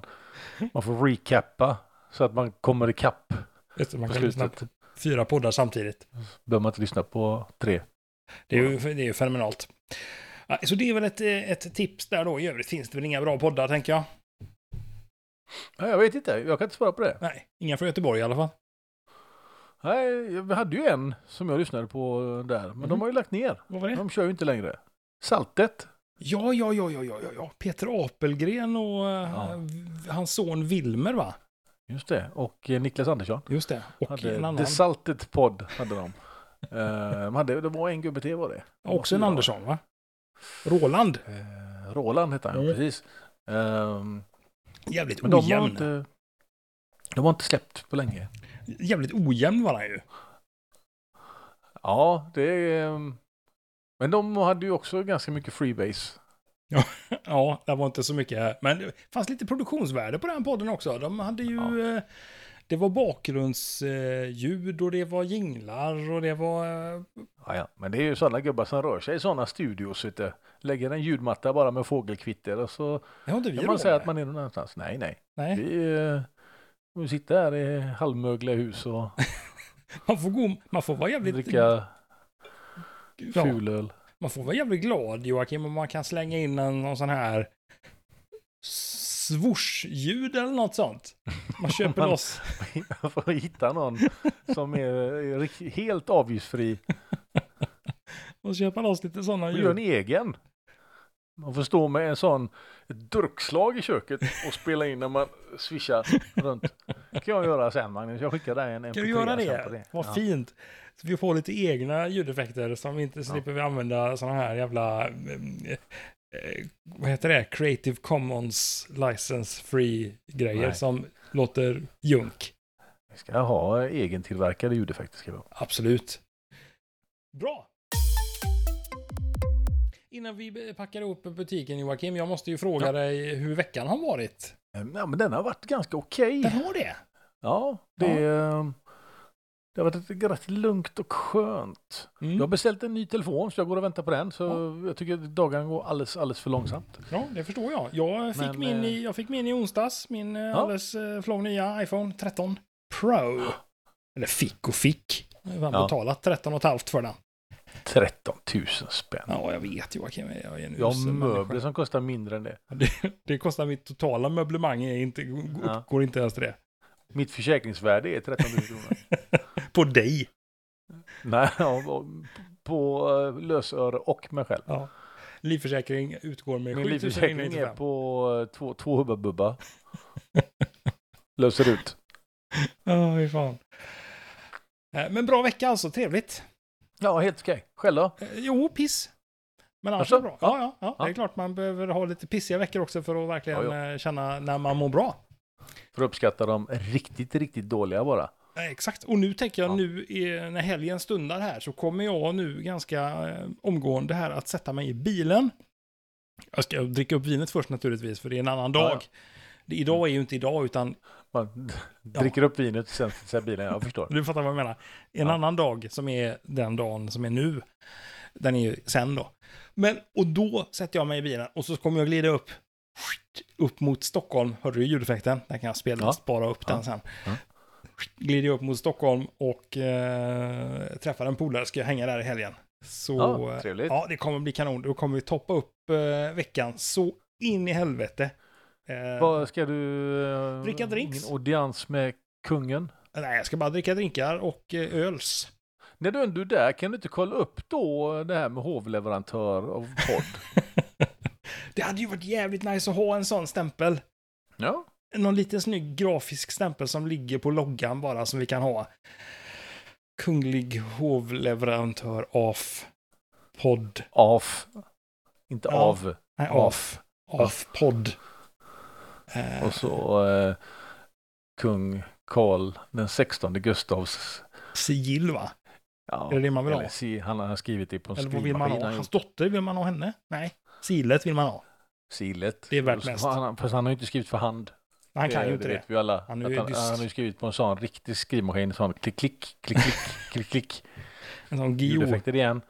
S1: Man får recappa så att man kommer ikapp
S2: Just det, Man
S1: på
S2: kan lyssna på
S1: slutet.
S2: fyra poddar samtidigt.
S1: Behöver man inte lyssna på tre.
S2: Det är ju, det är ju fenomenalt. Ja, Så det är väl ett, eh, ett tips där då. I övrigt finns det väl inga bra poddar, tänker jag.
S1: Nej, jag vet inte, jag kan inte svara på det.
S2: Nej, inga från Göteborg i alla fall.
S1: Nej, vi hade ju en som jag lyssnade på där, men
S2: Mhm.
S1: de har ju lagt ner.
S2: Vad var det?
S1: De kör ju inte längre. Saltet.
S2: Ja, ja, ja, ja, ja, ja, ja. Peter Apelgren och eh,
S1: Ja.
S2: v- hans son Wilmer, va?
S1: Just det. Och eh, Niklas Andersson.
S2: Just det. Och en
S1: Hade
S2: annan.
S1: The Salted Podd hade de. Eh, de hade, det var en gubbe till var det.
S2: Också en
S1: Fyra.
S2: Andersson, va? Roland.
S1: Eh, Roland hette han, ja,
S2: Mm.
S1: precis. Ehm,
S2: Jävligt
S1: men de har,
S2: ojämn.
S1: inte, de har inte släppt på länge.
S2: Jävligt ojämn var han ju.
S1: Ja, det är... ehm, Men de hade ju också ganska mycket freebase.
S2: Ja, det var inte så mycket. Men det fanns lite produktionsvärde på den podden också. De hade ju... eh, Det var bakgrundsljud och det var jinglar och det var... eh,
S1: Ja, ja. Men det är ju sådana gubbar som rör sig i sådana studios. Vet du. Lägger en ljudmatta bara med fågelkvitter och så
S2: Det har inte vi
S1: kan
S2: råd
S1: man säga
S2: med.
S1: att man är någon annanstans. Nej, nej.
S2: Nej,
S1: Vi, eh, vi sitter här i halvmögliga hus och
S2: man får, gå, man får vara jävligt...
S1: dricka
S2: ja,
S1: fulöl.
S2: man får vara jävligt glad Joakim om man kan slänga in en, någon sån här swoosh-ljud eller något sånt. Man köper
S1: Man-
S2: loss.
S1: För att hitta någon som är eh, rikt- helt avgiftsfri
S2: Man köper loss lite sådana
S1: och gör en
S2: ljud.
S1: egen. Man får stå med en sån ett durkslag i köket och spela in när man swishar runt. Det kan jag göra sen Magnus. Jag skickar dig en
S2: Kan du
S1: MP3
S2: göra
S1: sen på
S2: det? Vad
S1: Ja.
S2: fint. Så vi får lite egna ljudeffekter som vi inte slipper vi använda sådana här jävla... mm, eh, eh, Vad heter det? Creative Commons License Free grejer
S1: Nej.
S2: som låter junk.
S1: Vi ska ha egentillverkade ljudeffekter ska vi ha.
S2: Absolut. Bra. Innan vi packar ihop butiken Joakim, jag måste ju fråga
S1: Ja.
S2: dig hur veckan har varit.
S1: Ehm, Ja, men den har varit ganska okej.
S2: Den har det?
S1: Ja, det, eh, det har varit rätt lugnt och skönt.
S2: Mm.
S1: Jag har beställt en ny telefon så jag går och väntar på den. Så jag tycker att dagarna går alldeles, alldeles för långsamt.
S2: Ja, det förstår jag. Jag fick,
S1: Men,
S2: min, i,
S1: eh,
S2: jag fick min i onsdags, min eh, alldeles eh, flång nya iPhone 13 Pro. Eller fick och fick. Jag har
S1: Ja.
S2: betalat 13 och ett halvt för den.
S1: 13 000 spänn.
S2: Ja, jag vet Joakim. Jag är en
S1: Jag har
S2: usel
S1: möbler
S2: människa.
S1: som kostar mindre än det.
S2: Det kostar mitt totala möblemang, är inte,
S1: Ja.
S2: går inte ens till det.
S1: Mitt försäkringsvärde är 13 000 kronor.
S2: På dig.
S1: Nej, ja, och på eh, lösöre och mig själv.
S2: Ja. Livförsäkring utgår med
S1: Min
S2: 7
S1: livförsäkring är
S2: 995.
S1: på eh, två, två hubba bubba. Löser ut.
S2: Ja, fy fan. Eh, Men bra vecka alltså, trevligt.
S1: Ja, helt okej. Själv då?
S2: Eh, Jo, piss. Men annars
S1: Jaså?
S2: är det bra. Ja, ja, ja.
S1: Alltså? Ja.
S2: det är klart man behöver ha lite pissiga veckor också för att verkligen
S1: Ja,
S2: eh, känna när man mår bra.
S1: För att uppskatta de riktigt, riktigt dåliga bara.
S2: Eh, Exakt, och nu tänker jag
S1: Ja.
S2: nu eh, när helgen stundar här så kommer jag nu ganska eh, omgående här att sätta mig i bilen. Jag ska dricka upp vinet först naturligtvis för det är en annan
S1: Ja,
S2: dag. Det, idag är ju inte idag utan
S1: Man dricker upp vinet sen sätter sig i bilen. Jag förstår.
S2: Du fattar vad jag menar. En
S1: Ja.
S2: annan dag som är den dagen som är nu. Den är ju sen då. Men, och då sätter jag mig i bilen och så kommer jag glida upp. Upp mot Stockholm. Hörde du ljudeffekten? Där kan jag spela,
S1: Ja.
S2: spara upp den sen.
S1: Ja.
S2: Glider jag upp mot Stockholm och eh, träffar en polare. Ska jag hänga där i helgen. Så,
S1: Ja, trevligt.
S2: eh, Ja, det kommer bli kanon. Då kommer vi toppa upp eh, veckan så in i helvete. Eh,
S1: Vad ska du... eh,
S2: Dricka drinks.
S1: Ingen audiens med kungen.
S2: nej, jag ska bara dricka drinkar och eh, öls.
S1: När du ändå är där, kan du inte kolla upp då det här med hovleverantör av podd?
S2: Det hade ju varit jävligt nice att ha en sån stämpel.
S1: ja.
S2: Någon liten snygg grafisk stämpel som ligger på loggan bara som vi kan ha. Kunglig hovleverantör av podd.
S1: Av. Inte
S2: Ja.
S1: av.
S2: Nej,
S1: Ja.
S2: av. Av podd. Eh,
S1: Och så eh, kung Karl den 16 Gustavs.
S2: sigill va?
S1: Ja,
S2: Är det det man vill ha?
S1: eller si, han har skrivit det på en
S2: Eller vad vill man
S1: skrivmaskin.
S2: ha?
S1: han
S2: Hans
S1: gjort.
S2: dotter, vill man ha henne? Nej, sigillet vill man ha.
S1: Silet.
S2: Det är värt
S1: Och så-
S2: mest.
S1: Han, fast han har ju inte skrivit för hand.
S2: Han kan
S1: det,
S2: ju inte det.
S1: vet vi ju alla. Att
S2: Han
S1: Han,
S2: är ju
S1: han,
S2: dyst.
S1: har ju skrivit på en sån riktig skrivmaskin. Sån klick, klick, klick, klick, klick, klick.
S2: En sån Guillou.
S1: Ljudeffekter igen.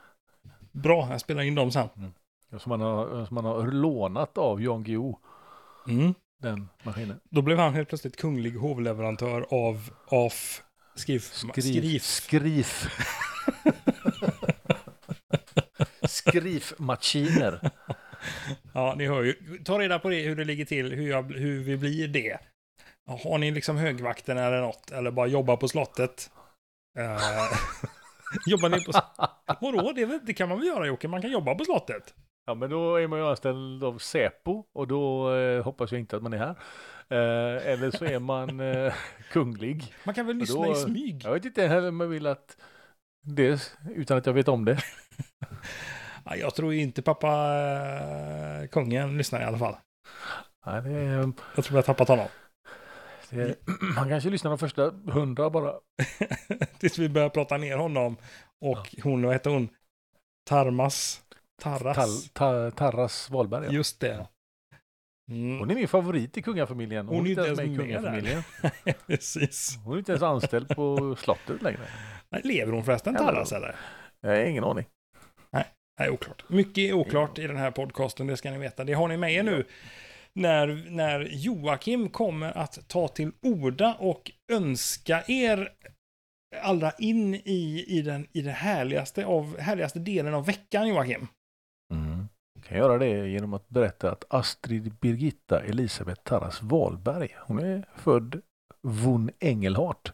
S2: bra. Jag spelar in dem sen.
S1: Som man har, som man har lånat av Jan Guillou,
S2: Mm.
S1: den maskinen.
S2: Då blev han helt plötsligt kunglig hovleverantör av AF Skrif. Skrif.
S1: Skrif. Skrifmaskiner.
S2: Ja, ni hör ju. Ta reda på det, hur det ligger till, hur, jag, hur vi blir det. Har ni liksom högvakten eller något, eller bara jobba på slottet? Eh, jobbar ni på slottet? Vadå, det, är väl- det kan man väl göra Jocke, man kan jobba på slottet.
S1: Ja, men då är man ju anställd av Säpo och då eh, hoppas jag inte att man är här. Eh, eller så är man eh, kunglig.
S2: Man kan väl lyssna
S1: då-
S2: i smyg?
S1: Jag vet inte heller om jag vill att det, utan att jag vet om det.
S2: Ja, jag tror ju inte pappa eh, kungen lyssnar i alla fall.
S1: Nej, det, är-
S2: Jag tror vi har tappat honom.
S1: det, är- man kanske lyssnar de första hundra bara.
S2: Tills vi börjar prata ner honom. Och hon, vad heter hon? Tarmas. Tarras.
S1: Tall, ta, Tarras Wahlberg. Ja.
S2: Just det. Mm,
S1: Hon är min favorit i kungafamiljen. Hon, är inte ens med i
S2: med där.
S1: kungafamiljen.
S2: precis.
S1: Hon är inte ens anställd på slottet längre.
S2: Nej, Lever hon förresten
S1: Ja, men-
S2: Tarras eller?
S1: Jag har ingen aning.
S2: Nej, oklart. Mycket är oklart i den här podcasten, det ska ni veta. Det har ni med er nu. När, när Joakim kommer att ta till orda och önska er allra in i, i den, i den härligaste, av, härligaste delen av veckan, Joakim.
S1: Mm. Kan göra det genom att berätta att Astrid Birgitta Elisabeth Tarras Wahlberg, hon är född von Engelhardt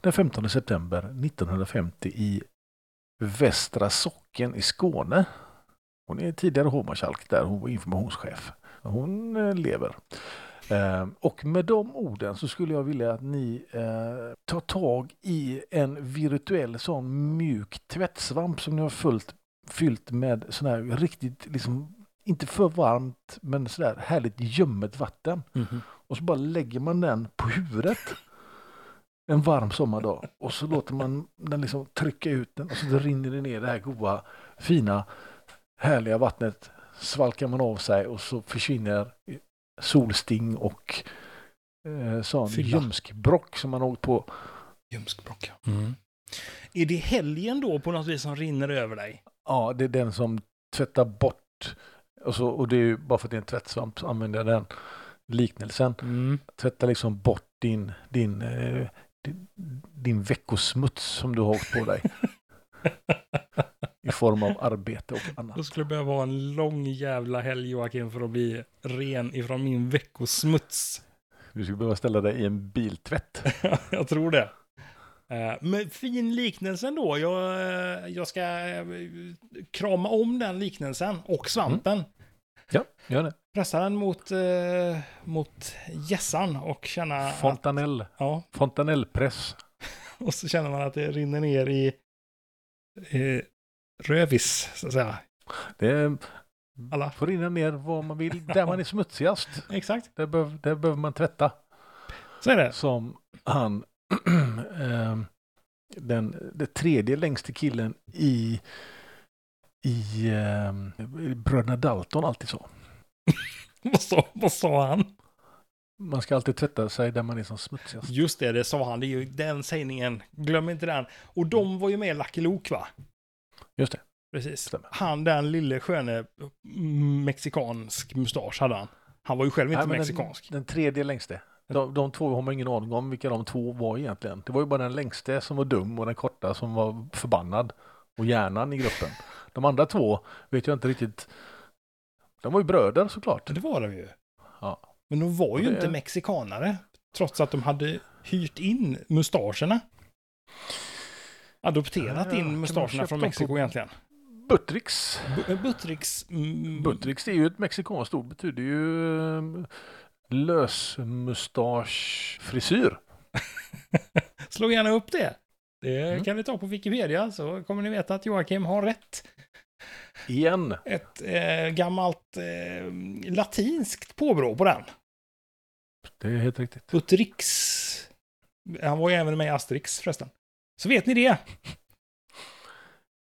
S1: den 15 september 1950 i Västra Socken i Skåne. Hon är tidigare hovmarskalk där, hon var informationschef. Hon eh, lever. Eh, Och med de orden så skulle jag vilja att ni eh, tar tag i en virtuell sån mjuk tvättsvamp som ni har följt fyllt med sån här riktigt, liksom, inte för varmt, men sådär härligt gömmet vatten.
S2: Mm-hmm.
S1: Och så bara lägger man den på huvudet en varm sommardag. Och så låter man den liksom trycka ut den och så rinner det ner det här goda, fina, härliga vattnet. Svalkar man av sig och så försvinner solsting och eh, sån
S2: Fylla.
S1: ljumskbrock som man åkt på.
S2: Ljumskbråck, ja. Är det helgen då på något vis som rinner över dig?
S1: Ja, det är den som tvättar bort. Och, så, och det är ju bara för att det är en tvättsvamp så använder jag den liknelsen.
S2: Mm.
S1: Tvätta liksom bort din, din, eh, din, din veckosmuts som du har åkt på dig. I form av arbete och annat.
S2: Jag skulle behöva ha en lång jävla helg, Joakim, för att bli ren ifrån min veckosmuts.
S1: Du skulle behöva ställa dig i en biltvätt.
S2: Ja, jag tror det. Eh, Men fin liknelse ändå. Jag, eh, jag ska eh, krama om den liknelsen och svampen.
S1: Ja, gör det.
S2: Pressa den mot, eh, mot gässan och känna att,
S1: Fontanell.
S2: ja,
S1: Fontanellpress.
S2: och så känner man att det rinner ner i eh, rövis, så att säga.
S1: Det är,
S2: Alla.
S1: får rinna ner vad man vill. Där man är smutsigast.
S2: Exakt,
S1: Där, behöv, där behöver man tvätta.
S2: så är det.
S1: som han, ehm, den, den tredje längste killen i, i ehm, Bröderna Dalton alltid sa.
S2: Vad sa, vad sa han?
S1: Man ska alltid tvätta sig där man är som smutsigast.
S2: Just det, det sa han. Det är ju den sägningen. Glöm inte den. Och de var ju med i Lucky Luke, va?
S1: Just det.
S2: Precis.
S1: Stämmer.
S2: Han, den lille sköne mm, mexikansk mustasch hade han. Han var ju själv inte
S1: Nej, men
S2: mexikansk.
S1: Den, den tredje längste. De, de två har man ingen aning om vilka de två var egentligen. Det var ju bara den längste som var dum och den korta som var förbannad. Och hjärnan i gruppen. De andra två vet jag inte riktigt. De var ju bröder såklart.
S2: Det var de ju.
S1: Ja.
S2: Men de var ju
S1: Och det-
S2: inte mexikanare. Trots att de hade hyrt in mustascherna. Adopterat
S1: Ja, ja. Kan
S2: in
S1: man
S2: mustascherna
S1: köpa
S2: från
S1: dem
S2: Mexiko
S1: på-
S2: egentligen.
S1: Buttricks
S2: Bu- Buttricks... Mm,
S1: Buttricks är ju ett mexikanskt ord, betyder ju eh, lösmustaschfrisyr.
S2: Slå gärna upp det. Det
S1: Mm.
S2: kan ni ta på Wikipedia så kommer ni veta att Joakim har rätt.
S1: Igen.
S2: Ett eh, gammalt eh, latinskt påbrå på den.
S1: Det är helt riktigt.
S2: Butterix. Han var ju även med i Asterix förresten. Så vet ni det.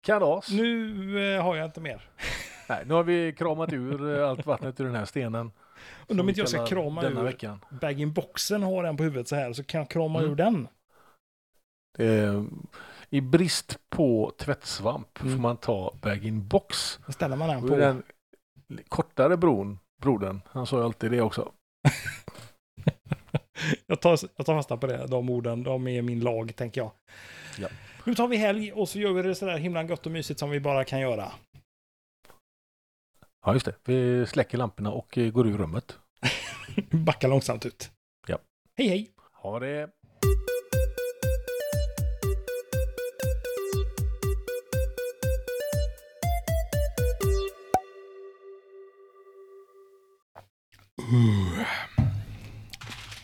S1: Kalas. Nu.
S2: Nu eh, har jag inte mer.
S1: Nej, nu har vi kramat ur eh, allt vattnet ur den här stenen.
S2: Undrar
S1: som
S2: om
S1: vi
S2: inte jag ska
S1: kallar
S2: krama
S1: denna
S2: ur.
S1: veckan.
S2: Bag-in-boxen har den på huvudet så här så kan jag krama
S1: Mm.
S2: ur den.
S1: Eh, I brist på tvättsvamp
S2: Mm.
S1: får man ta bag-in-box.
S2: Då ställer man den
S1: Och
S2: på.
S1: den kortare bron, brodern, han sa ju alltid det också.
S2: Jag tar, jag tar fasta på det, de orden. De är min lag, tänker jag.
S1: Ja.
S2: Nu tar vi helg och så gör vi det sådär himla gott och mysigt som vi bara kan göra.
S1: Ja, just det. Vi släcker lamporna och eh, går ur rummet.
S2: Backa långsamt ut.
S1: Ja.
S2: Hej, hej!
S1: Ha det!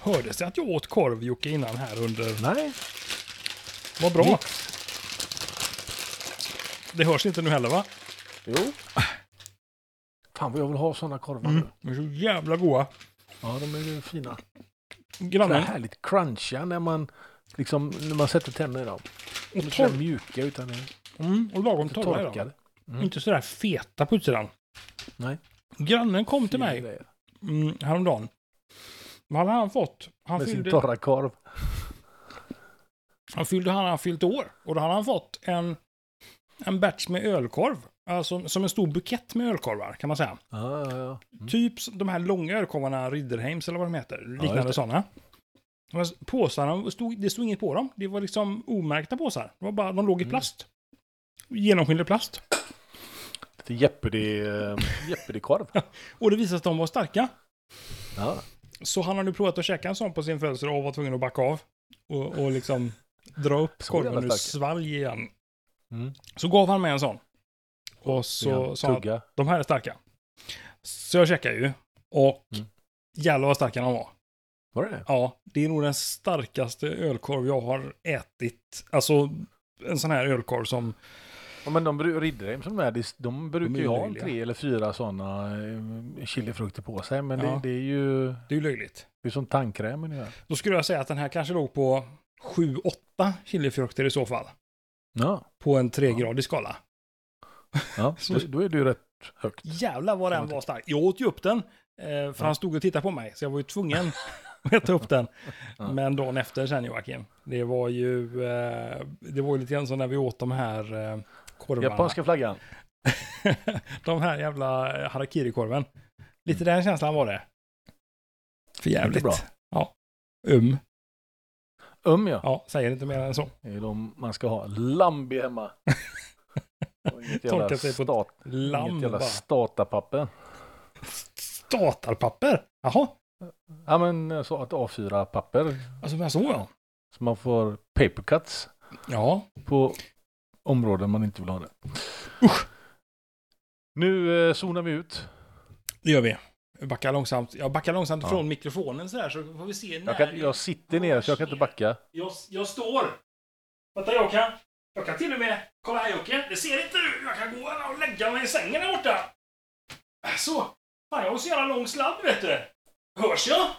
S2: Hördes det att jag åt korv, Jocke, innan här under...
S1: Nej, Mm.
S2: Vad bra! Det hörs inte nu heller, va?
S1: jo. Fan vad jag vill ha sådana korvar nu.
S2: De är så jävla goda.
S1: Ja, de är ju fina. Mm. Så
S2: Grannen,
S1: härligt crunchiga när man, liksom, när man sätter tänderna i dem.
S2: och,
S1: Inte så där
S2: torr,
S1: mjuka utan eh,
S2: mm, och lagom torra är de.
S1: torkade.
S2: Mm. Inte sådär feta på utsidan.
S1: Nej.
S2: Grannen kom till mig
S1: Fina grejer.
S2: mm, häromdagen. Vad hade han fått? Han
S1: Med sin
S2: fyllde,
S1: torra korv.
S2: han fyllde, han hade fyllt år. Och då hade han fått en, en batch med ölkorv. Alltså som en stor bukett med ölkorvar kan man säga.
S1: Ja, ja, ja. Mm.
S2: Typ s- de här långa ölkorvarna, Ridderheims eller vad de heter.
S1: just
S2: Liknande
S1: det.
S2: sådana. Men s- Påsarna, stod, det stod inget på dem. Det var liksom omärkta påsar. Det var bara, de låg i
S1: Mm.
S2: plast. Genomskinlig plast.
S1: Lite Jeopardy, eh, Jeopardy-korv.
S2: Och det visade sig att de var starka.
S1: Ja.
S2: Så han har nu provat att käka en sån på sin födelsedag och var tvungen att backa av. Och, och liksom dra upp
S1: Så
S2: korven ur
S1: jävla stark.
S2: svalg igen.
S1: Mm.
S2: Så gav han mig en sån. Och så
S1: Så,
S2: sa han att
S1: Tugga.
S2: de här är starka. Så jag käkade ju. Och
S1: Mm.
S2: jävlar vad starka de var.
S1: Var det det?
S2: Ja, det är nog den starkaste ölkorv jag har ätit. Alltså en sån här ölkorv som...
S1: Ja, men de bru- Ridderheim som är, det- de brukar
S2: är
S1: ju ha
S2: löjliga.
S1: tre eller fyra sådana chilifrukter på sig. Men
S2: Ja.
S1: det, det är ju
S2: Det är ju löjligt.
S1: det är som tandkräm ungefär.
S2: Då skulle jag säga att den här kanske låg på 7-8 chilifrukter i så fall.
S1: Ja,
S2: På en tregradig skala.
S1: ja.
S2: Så-
S1: då- då är det ju rätt högt.
S2: Jävlar vad den
S1: Ja, det-
S2: var stark. Jag åt ju upp den. eh, För han stod och tittade på mig. Så jag var ju tvungen att äta upp den.
S1: Ja.
S2: Men dagen efter sen Joakim. Det var ju... eh, Det var ju lite grann som när vi åt de här eh, korvarna.
S1: Japanska flaggan.
S2: de här jävla eh, harakiri-korven. Lite den känslan var det. För jävligt.
S1: Inte bra.
S2: Ja. Um.
S1: Öm Um, ja.
S2: Ja, säger inte mer än så.
S1: Det är de man ska ha. Lambi hemma. Och Inget jävla,
S2: Torka sig på
S1: stat,
S2: Lamm
S1: inget jävla
S2: bara.
S1: statapapper.
S2: Statarpapper. Jaha.
S1: Ja men så att A4-papper.
S2: Alltså men så ja.
S1: Så man får papercuts
S2: Ja.
S1: på områden man inte vill ha det.
S2: Usch.
S1: Nu eh, zonar vi ut.
S2: Det gör vi. Backa långsamt. Jag backar långsamt
S1: Ja.
S2: från mikrofonen så här så får vi se när
S1: Jag, kan, jag sitter ner så jag kan inte backa.
S2: Jag, jag står. Vänta, jag kan... Jag kan till och med... Kolla här Jocke, det ser inte du. Jag kan gå och lägga mig i Äh, sängen där borta. Så. Fan, jag har så jävla lång sladd vet du. Hörs jag?